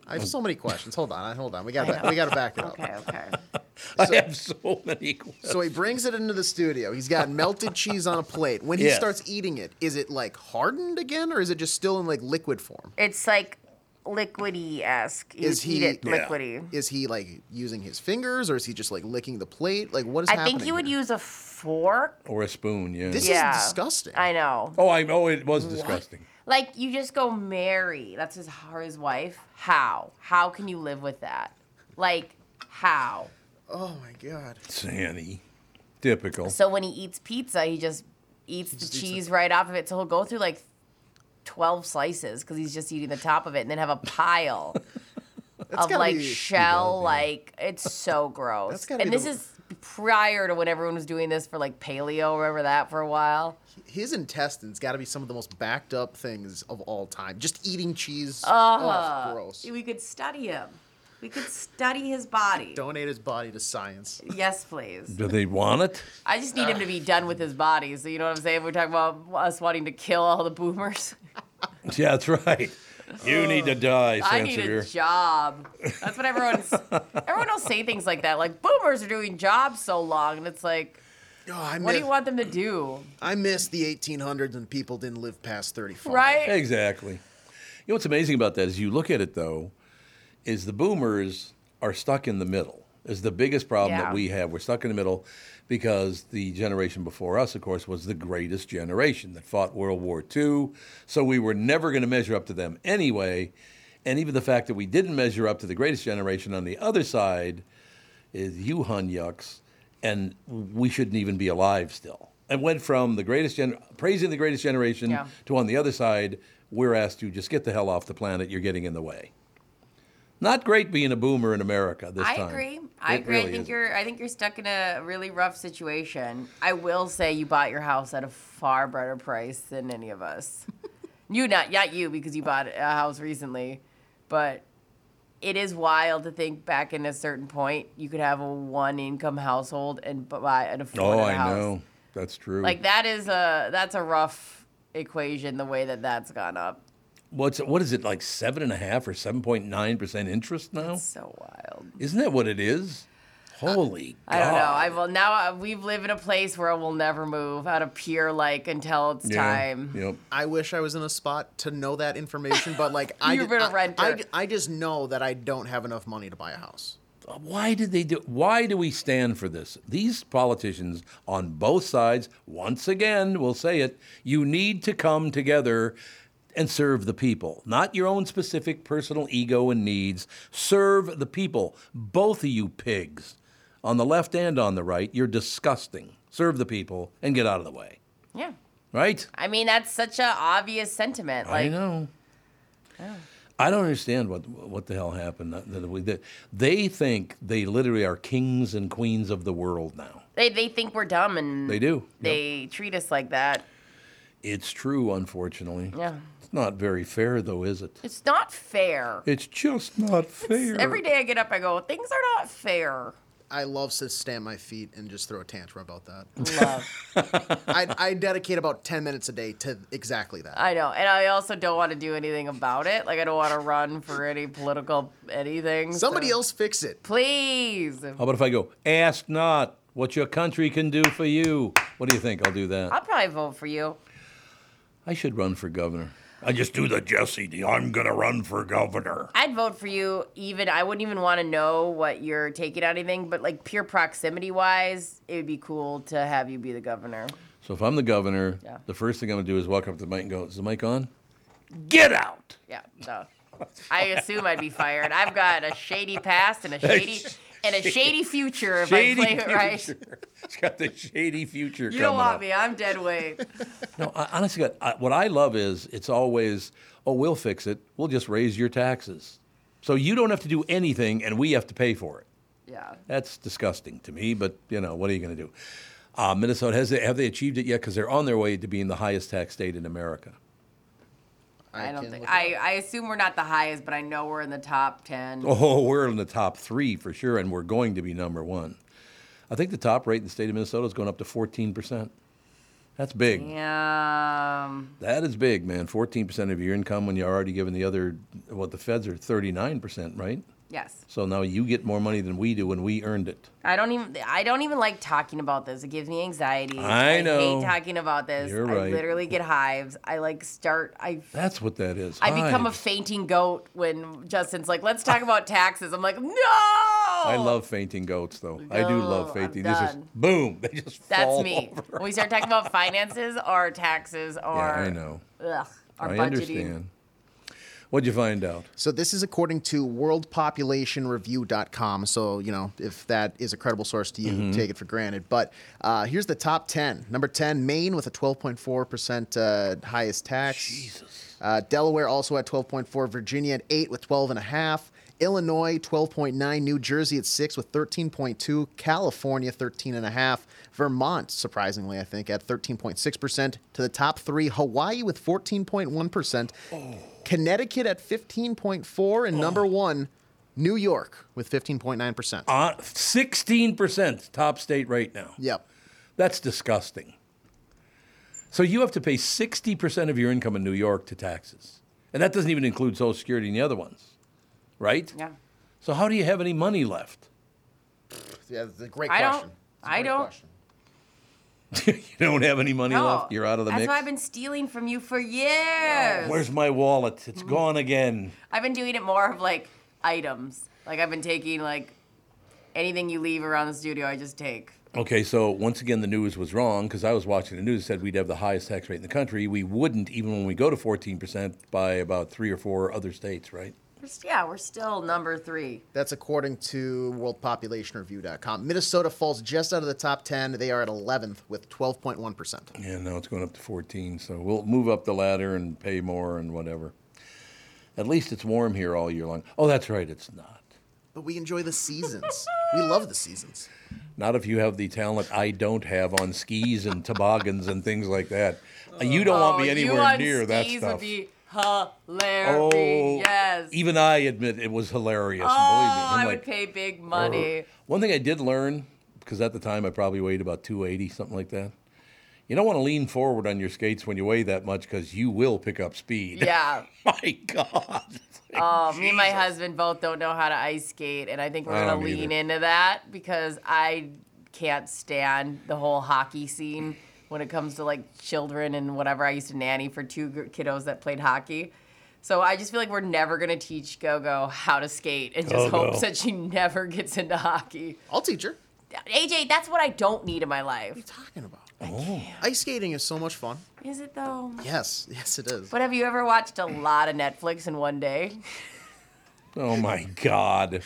[SPEAKER 4] I have so many questions. Hold on, hold on. We got
[SPEAKER 3] I
[SPEAKER 4] to
[SPEAKER 3] know.
[SPEAKER 4] we got to back it up.
[SPEAKER 3] Okay, okay.
[SPEAKER 2] I have so many questions.
[SPEAKER 4] So he brings it into the studio. He's got melted cheese on a plate. When he
[SPEAKER 2] Yes.
[SPEAKER 4] starts eating it, is it like hardened again, or is it just still in like liquid form?
[SPEAKER 3] It's like liquidy esque.
[SPEAKER 4] Is he
[SPEAKER 3] eat it liquidy?
[SPEAKER 4] Is he like using his fingers, or is he just like licking the plate? Like what is
[SPEAKER 3] I
[SPEAKER 4] happening?
[SPEAKER 3] think you would use a fork.
[SPEAKER 2] Or a spoon, yeah.
[SPEAKER 4] This
[SPEAKER 3] Yeah.
[SPEAKER 4] is disgusting.
[SPEAKER 3] I know.
[SPEAKER 2] Oh, I oh it was disgusting.
[SPEAKER 3] Like you just go marry. That's his her his wife. How? How can you live with that? Like how?
[SPEAKER 4] Oh my god.
[SPEAKER 2] Sandy. Typical.
[SPEAKER 3] So when he eats pizza, he just eats the cheese right off of it. So he'll go through like twelve slices because he's just eating the top of it, and then have a pile of
[SPEAKER 4] gotta
[SPEAKER 3] like
[SPEAKER 4] be-
[SPEAKER 3] shell. Like it's so gross.
[SPEAKER 4] gotta
[SPEAKER 3] And
[SPEAKER 4] be
[SPEAKER 3] this
[SPEAKER 4] the-
[SPEAKER 3] is prior to when everyone was doing this for like paleo. Remember that for a while.
[SPEAKER 4] His intestines got to be some of the most backed up things of all time. Just eating cheese.
[SPEAKER 3] Ugh.
[SPEAKER 4] oh, gross.
[SPEAKER 3] We could study him. We could study his body.
[SPEAKER 4] Donate his body to science.
[SPEAKER 3] Yes, please.
[SPEAKER 2] Do they want it?
[SPEAKER 3] I just need him to be done with his body. So you know what I'm saying? We're talking about us wanting to kill all the boomers.
[SPEAKER 2] Yeah, that's right. You need to die,
[SPEAKER 3] I need a
[SPEAKER 2] Sansevier.
[SPEAKER 3] job. That's what everyone's. everyone will say things like that, like boomers are doing jobs so long, and it's like,
[SPEAKER 4] Oh, I
[SPEAKER 3] what do
[SPEAKER 4] miss-
[SPEAKER 3] you want them to do?
[SPEAKER 4] I miss the 1800s and people didn't live past 35.
[SPEAKER 3] Right?
[SPEAKER 2] Exactly. You know what's amazing about that is you look at it though, is the boomers are stuck in the middle. is the biggest problem that
[SPEAKER 12] Yeah.
[SPEAKER 2] we have. We're stuck in the middle because the generation before us, of course, was the greatest generation that fought World War II. So we were never going to measure up to them anyway. And even the fact that we didn't measure up to the greatest generation on the other side is you hun yucks, and we shouldn't even be alive still. And went from the greatest gen- praising the greatest generation
[SPEAKER 3] Yeah.
[SPEAKER 2] to on the other side, we're asked to just get the hell off the planet. You're getting in the way. Not great being a boomer in America this
[SPEAKER 3] I
[SPEAKER 2] time.
[SPEAKER 3] agree. I
[SPEAKER 2] It
[SPEAKER 3] agree.
[SPEAKER 2] really
[SPEAKER 3] I think
[SPEAKER 2] is.
[SPEAKER 3] you're. I think you're stuck in a really rough situation. I will say you bought your house at a far better price than any of us. you not not you because you bought a house recently, but it is wild to think back in a certain point you could have a one income household and bu- buy an affordable
[SPEAKER 2] Oh, I
[SPEAKER 3] house.
[SPEAKER 2] know. That's true.
[SPEAKER 3] Like that is a that's a rough equation the way that that's gone up.
[SPEAKER 2] What's what is it like seven and a half or seven point nine percent interest now? That's
[SPEAKER 3] so wild.
[SPEAKER 2] Isn't that what it is? Holy
[SPEAKER 3] I don't know.
[SPEAKER 2] God.
[SPEAKER 3] I will now. Uh, we live in a place where I will never move out of pure like until it's time.
[SPEAKER 2] Yep.
[SPEAKER 4] I wish I was in a spot to know that information, but like I,
[SPEAKER 3] You've
[SPEAKER 4] ju-
[SPEAKER 3] been a
[SPEAKER 4] I-
[SPEAKER 3] renter.
[SPEAKER 4] I, ju- I just know that I don't have enough money to buy a house.
[SPEAKER 2] Why did they do? Why do we stand for this? These politicians on both sides, once again, will say it. You need to come together and serve the people, not your own specific personal ego and needs. Serve the people. Both of you pigs, on the left and on the right, you're disgusting. Serve the people and get out of the way.
[SPEAKER 3] Yeah.
[SPEAKER 2] Right?
[SPEAKER 3] I mean, that's such an obvious sentiment. Like,
[SPEAKER 2] I know.
[SPEAKER 3] Oh.
[SPEAKER 2] I don't understand what what the hell happened. That- that we- that- They think they literally are kings and queens of the world now.
[SPEAKER 3] They they think we're dumb and
[SPEAKER 2] They do.
[SPEAKER 3] They treat us like that.
[SPEAKER 2] It's true, unfortunately.
[SPEAKER 3] Yeah.
[SPEAKER 2] It's not very fair, though, is it?
[SPEAKER 3] It's not fair.
[SPEAKER 2] It's just not fair.
[SPEAKER 3] Every day I get up, I go, things are not fair.
[SPEAKER 4] I love to stamp my feet and just throw a tantrum about that. Love. I, I dedicate about 10 minutes a day to exactly that.
[SPEAKER 3] I know, and I also don't want to do anything about it. Like, I don't want to run for any political anything. so-
[SPEAKER 4] Somebody else fix it.
[SPEAKER 3] please.
[SPEAKER 2] How about if I go, ask not what your country can do for you? What do you think? I'll do that.
[SPEAKER 3] I'll probably vote for you.
[SPEAKER 2] I should run for governor. I just do the Jesse D. I'm going to run for governor.
[SPEAKER 3] I'd vote for you even I wouldn't even want to know what you're taking on anything, but like pure proximity wise, it would be cool to have you be the governor.
[SPEAKER 2] So if I'm the governor,
[SPEAKER 3] Yeah.
[SPEAKER 2] the first thing I'm going to do is walk up to the mic and go, is the mic on? Get out!
[SPEAKER 3] Yeah. So I assume I'd be fired. I've got a shady past and a shady and a shady future if
[SPEAKER 2] shady
[SPEAKER 3] I play it right.
[SPEAKER 2] future. It's got the shady future
[SPEAKER 3] You
[SPEAKER 2] coming
[SPEAKER 3] don't want
[SPEAKER 2] up.
[SPEAKER 3] me, I'm dead weight.
[SPEAKER 2] No, I, honestly, God, I, what I love is it's always, oh, we'll fix it. We'll just raise your taxes. So you don't have to do anything and we have to pay for it.
[SPEAKER 3] Yeah.
[SPEAKER 2] That's disgusting to me, but you know, what are you going to do? Uh, Minnesota, has they, have they achieved it yet? Because they're on their way to being the highest tax state in America.
[SPEAKER 3] I, don't think I, I assume we're not the highest, but I know we're in the top ten.
[SPEAKER 2] Oh, we're in the top three for sure, and we're going to be number one. I think the top rate in the state of Minnesota is going up to 14%. That's big.
[SPEAKER 3] Damn.
[SPEAKER 2] That is big, man. 14% of your income when you're already given the other, what the feds are 39%, right?
[SPEAKER 3] Yes.
[SPEAKER 2] So now you get more money than we do, and we earned it.
[SPEAKER 3] I don't even I don't even like talking about this. It gives me anxiety.
[SPEAKER 2] I know.
[SPEAKER 3] hate talking about this.
[SPEAKER 2] You're
[SPEAKER 3] I
[SPEAKER 2] right.
[SPEAKER 3] literally get hives. I like start I
[SPEAKER 2] That's what that is.
[SPEAKER 3] I become a
[SPEAKER 2] Hives.
[SPEAKER 3] fainting goat when Justin's like, "Let's talk about taxes." I'm like, "No!"
[SPEAKER 2] I love fainting goats, though. I do
[SPEAKER 3] No,
[SPEAKER 2] love
[SPEAKER 3] I'm
[SPEAKER 2] fainting. This is
[SPEAKER 3] done.
[SPEAKER 2] boom. They just
[SPEAKER 3] That's
[SPEAKER 2] fall
[SPEAKER 3] me.
[SPEAKER 2] over.
[SPEAKER 3] When we start talking about finances or taxes or
[SPEAKER 2] I know.
[SPEAKER 3] Ugh, our
[SPEAKER 2] I
[SPEAKER 3] budgeting.
[SPEAKER 2] understand. What'd you find out?
[SPEAKER 4] So this is according to worldpopulationreview.com. So, you know, if that is a credible source to you,
[SPEAKER 2] Mhm.
[SPEAKER 4] take it for granted. But uh, here's the top 10. Number 10, Maine with a 12.4% uh, highest tax. Jesus. Uh, Delaware also at 12.4, Virginia at 8 with 12.5. Illinois 12.9, New Jersey at 6 with 13.2, California 13.5, Vermont surprisingly I think at 13.6% to the top 3, Hawaii with 14.1%, Connecticut at 15.4
[SPEAKER 2] Oh.
[SPEAKER 4] and number 1 New York with 15.9%.
[SPEAKER 2] Uh, 16% top state rate now.
[SPEAKER 4] Yep.
[SPEAKER 2] That's disgusting. So you have to pay 60% of your income in New York to taxes. And that doesn't even include Social Security and the other ones, right?
[SPEAKER 3] Yeah.
[SPEAKER 2] So how do you have any money left?
[SPEAKER 4] Yeah, that's a great
[SPEAKER 3] I
[SPEAKER 4] question.
[SPEAKER 3] don't. I don't.
[SPEAKER 2] You don't have any money
[SPEAKER 3] No.
[SPEAKER 2] left? You're out of the
[SPEAKER 3] Oh, That's
[SPEAKER 2] mix?
[SPEAKER 3] what I've been stealing from you for years.
[SPEAKER 2] Where's my wallet?
[SPEAKER 3] Mm-hmm.
[SPEAKER 2] It's gone again.
[SPEAKER 3] I've been doing it more of like items. Like I've been taking like Anything you leave around the studio, I just take.
[SPEAKER 2] Okay, so once again, the news was wrong because I was watching the news. It said we'd have the highest tax rate in the country. We wouldn't, even when we go to 14%, by about three or four other states, right?
[SPEAKER 3] We're s- Yeah, we're still number three.
[SPEAKER 4] That's according to worldpopulationreview.com. Minnesota falls just out of the top 10. They are at 11th with 12.1%.
[SPEAKER 2] Yeah, now it's going up to 14. So we'll move up the ladder and pay more and whatever. At least it's warm here all year long. Oh, that's right, it's not.
[SPEAKER 4] But we enjoy the seasons. we love the seasons.
[SPEAKER 2] Not if you have the talent I don't have on skis and toboggans and things like that. Uh, You don't want
[SPEAKER 3] Oh,
[SPEAKER 2] me
[SPEAKER 3] you
[SPEAKER 2] anywhere
[SPEAKER 3] on
[SPEAKER 2] near that
[SPEAKER 3] skis
[SPEAKER 2] stuff. Oh,
[SPEAKER 3] Would be hilarious.
[SPEAKER 2] even I admit it was hilarious.
[SPEAKER 3] oh,
[SPEAKER 2] believe me. I'm
[SPEAKER 3] I
[SPEAKER 2] like,
[SPEAKER 3] would pay big money.
[SPEAKER 2] Or- One thing I did learn, because at the time I probably weighed about 280, something like that. You don't want to lean forward on your skates when you weigh that much because you will pick up speed.
[SPEAKER 3] Yeah.
[SPEAKER 2] My God.
[SPEAKER 3] Oh, me and my husband both don't know how to ice skate, and I think we're
[SPEAKER 2] I
[SPEAKER 3] gonna
[SPEAKER 2] don't
[SPEAKER 3] lean
[SPEAKER 2] either.
[SPEAKER 3] into that because I can't stand the whole hockey scene when it comes to like children and whatever. I used to nanny for two gr- kiddos that played hockey. So I just feel like we're never gonna teach Gogo how to skate, and
[SPEAKER 2] Oh,
[SPEAKER 3] just
[SPEAKER 4] Go-Go.
[SPEAKER 3] hopes that she never gets into hockey.
[SPEAKER 4] I'll teach her.
[SPEAKER 3] AJ, that's what I don't need in my life. What are you
[SPEAKER 4] talking about?
[SPEAKER 3] Oh.
[SPEAKER 4] Ice skating is so much fun.
[SPEAKER 3] Is it though?
[SPEAKER 4] Yes, yes, it is.
[SPEAKER 3] But have you ever watched a lot of Netflix in one day?
[SPEAKER 2] Oh, my God.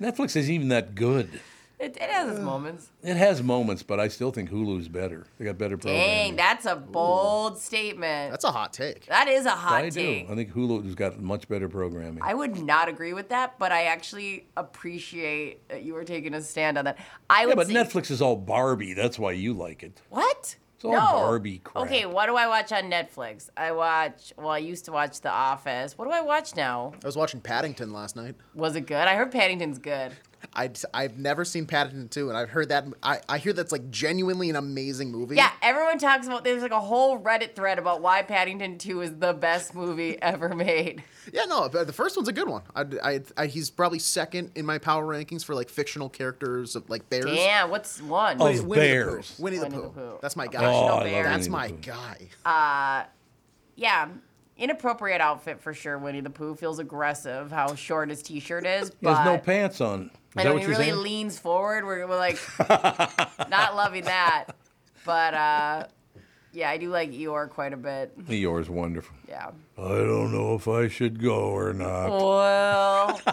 [SPEAKER 2] Netflix isn't even that good.
[SPEAKER 3] It, it has its moments.
[SPEAKER 2] It has moments, but I still think Hulu's better. They got better programming.
[SPEAKER 3] Dang, that's a bold statement.
[SPEAKER 4] That's a hot take.
[SPEAKER 3] That is a hot
[SPEAKER 2] I
[SPEAKER 3] take.
[SPEAKER 2] do. I think Hulu's got much better programming.
[SPEAKER 3] I would not agree with that, but I actually appreciate that you were taking a stand on that. I
[SPEAKER 2] yeah,
[SPEAKER 3] would
[SPEAKER 2] but
[SPEAKER 3] say,
[SPEAKER 2] Netflix is all Barbie. That's why you like it.
[SPEAKER 3] What?
[SPEAKER 2] It's all
[SPEAKER 3] no.
[SPEAKER 2] Barbie crap.
[SPEAKER 3] Okay, what do I watch on Netflix? I watch. Well, I used to watch The Office. What do I watch now?
[SPEAKER 4] I was watching Paddington last night.
[SPEAKER 3] Was it good? I heard Paddington's good.
[SPEAKER 4] I I've never seen Paddington 2, and I've heard that. I, I hear that's like genuinely an amazing movie.
[SPEAKER 3] Yeah, everyone talks about. There's like a whole Reddit thread about why Paddington 2 is the best movie ever made.
[SPEAKER 4] Yeah, no, but the first one's a good one. I, I, I, he's probably second in my power rankings for like fictional characters of like bears.
[SPEAKER 3] Damn, what's one?
[SPEAKER 4] Winnie- Winnie the Pooh. Oh, Winnie, the, Pooh. That's my guy.
[SPEAKER 3] Oh, I love Bear.
[SPEAKER 4] That's
[SPEAKER 3] Winnie
[SPEAKER 4] my
[SPEAKER 3] the
[SPEAKER 4] guy.
[SPEAKER 3] Uh, yeah, inappropriate outfit for sure. Winnie the Pooh feels aggressive. How short his T-shirt is,
[SPEAKER 2] He has
[SPEAKER 3] but
[SPEAKER 2] no pants on. Is
[SPEAKER 3] I
[SPEAKER 2] that
[SPEAKER 3] know
[SPEAKER 2] what
[SPEAKER 3] he
[SPEAKER 2] you're
[SPEAKER 3] really
[SPEAKER 2] saying?
[SPEAKER 3] leans forward. We're, we're like not loving that, but uh, yeah, I do like Eeyore quite a bit.
[SPEAKER 2] Eeyore's wonderful.
[SPEAKER 3] Yeah. Oh,
[SPEAKER 2] I don't know if I should go or not.
[SPEAKER 3] Well, I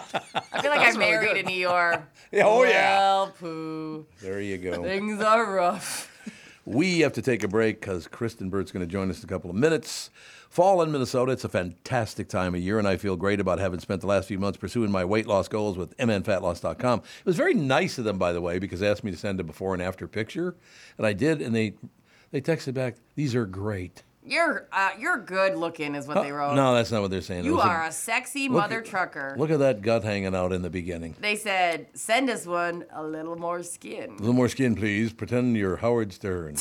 [SPEAKER 3] feel like
[SPEAKER 7] That's really
[SPEAKER 3] I married
[SPEAKER 7] good.
[SPEAKER 3] an Eeyore.
[SPEAKER 2] Yeah, oh, yeah.
[SPEAKER 3] Well, Pooh,
[SPEAKER 2] There you go.
[SPEAKER 3] things are rough.
[SPEAKER 2] We have to take a break because Kristen Burt's going to join us in a couple of minutes. Fall in Minnesota, it's a fantastic time of year, and I feel great about having spent the last few months pursuing my weight loss goals with mnfatloss.com. It was very nice of them, by the way, because they asked me to send a before and after picture, and I did, and they they texted back, "These are great."
[SPEAKER 3] You're uh, you're good looking, is what they wrote.
[SPEAKER 2] No, that's not what they're saying. It
[SPEAKER 3] you
[SPEAKER 2] was
[SPEAKER 3] are a sexy
[SPEAKER 2] look
[SPEAKER 3] mother
[SPEAKER 2] at-
[SPEAKER 3] trucker.
[SPEAKER 2] Look at that gut hanging out in the beginning.
[SPEAKER 3] They said, send us one a little more skin.
[SPEAKER 2] A little more skin, please. Pretend you're Howard Stern.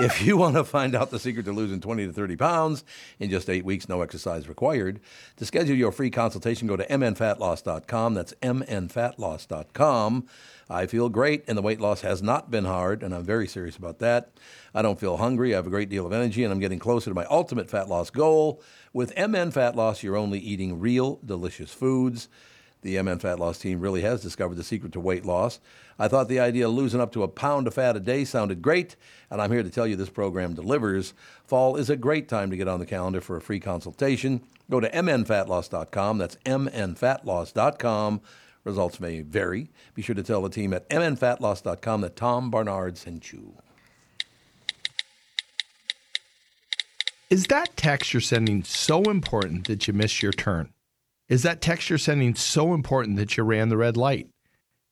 [SPEAKER 2] if you want to find out the secret to losing 20 to 30 pounds in just eight weeks, no exercise required, to schedule your free consultation, go to mnfatloss.com. That's mnfatloss.com. I feel great, and the weight loss has not been hard, and I'm very serious about that. I don't feel hungry. I have a great deal of energy, and I'm getting closer to my ultimate fat loss goal. With MN Fat Loss, you're only eating real, delicious foods. The MN Fat Loss team really has discovered the secret to weight loss. I thought the idea of losing up to a pound of fat a day sounded great, and I'm here to tell you this program delivers. Fall is a great time to get on the calendar for a free consultation. Go to mnfatloss.com. That's mnfatloss.com. Results may vary. Be sure to tell the team at mnfatloss.com that Tom Barnard sent you.
[SPEAKER 5] Is that text you're sending so important that you missed your turn? Is that text you're sending so important that you ran the red light?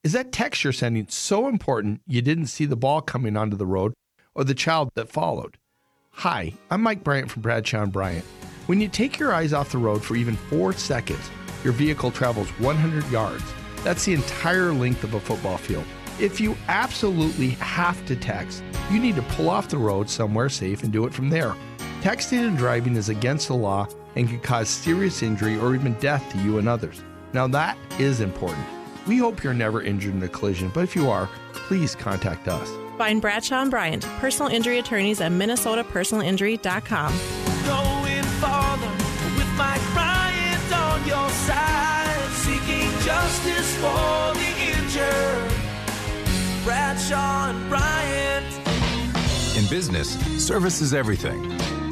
[SPEAKER 5] Is that text you're sending so important you didn't see the ball coming onto the road or the child that followed? Hi, I'm Mike Bryant from Bradshaw and Bryant. When you take your eyes off the road for even four seconds, your vehicle travels 100 yards. That's the entire length of a football field. If you absolutely have to text, you need to pull off the road somewhere safe and do it from there. Texting and driving is against the law and can cause serious injury or even death to you and others. Now, that is important. We hope you're never injured in a collision, but if you are, please contact us.
[SPEAKER 6] Find Bradshaw and Bryant, personal injury attorneys at minnesotapersonalinjury.com.
[SPEAKER 7] Going farther with Mike Bryant on your side, seeking justice for the injured. Bradshaw and Bryant.
[SPEAKER 9] In business, service is everything.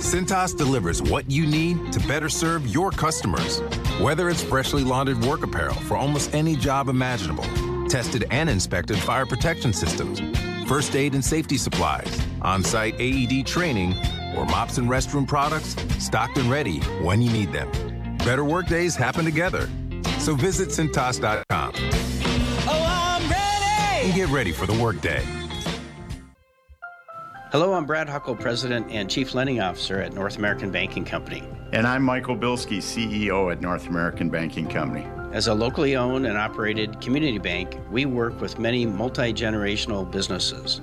[SPEAKER 9] Cintas delivers what you need to better serve your customers. Whether it's freshly laundered work apparel for almost any job imaginable, tested and inspected fire protection systems, first aid and safety supplies, on site AED training, or mops and restroom products stocked and ready when you need them. Better workdays happen together. So visit Cintas.com
[SPEAKER 7] Oh, I'm ready.
[SPEAKER 9] and get ready for the workday.
[SPEAKER 12] Hello, I'm Brad Huckle, President and Chief Lending Officer at North American Banking Company.
[SPEAKER 13] And I'm Michael Bilski, CEO at North American Banking Company.
[SPEAKER 12] As a locally owned and operated community bank, we work with many multi generational businesses.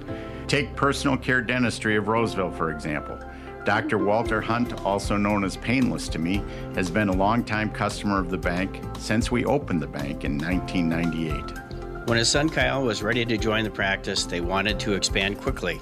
[SPEAKER 13] Take Personal Care Dentistry of Roseville, for example. Dr. Walter Hunt, also known as Painless to me, has been a longtime customer of the bank since we opened the bank in 1998.
[SPEAKER 12] When his son Kyle was ready to join the practice, they wanted to expand quickly.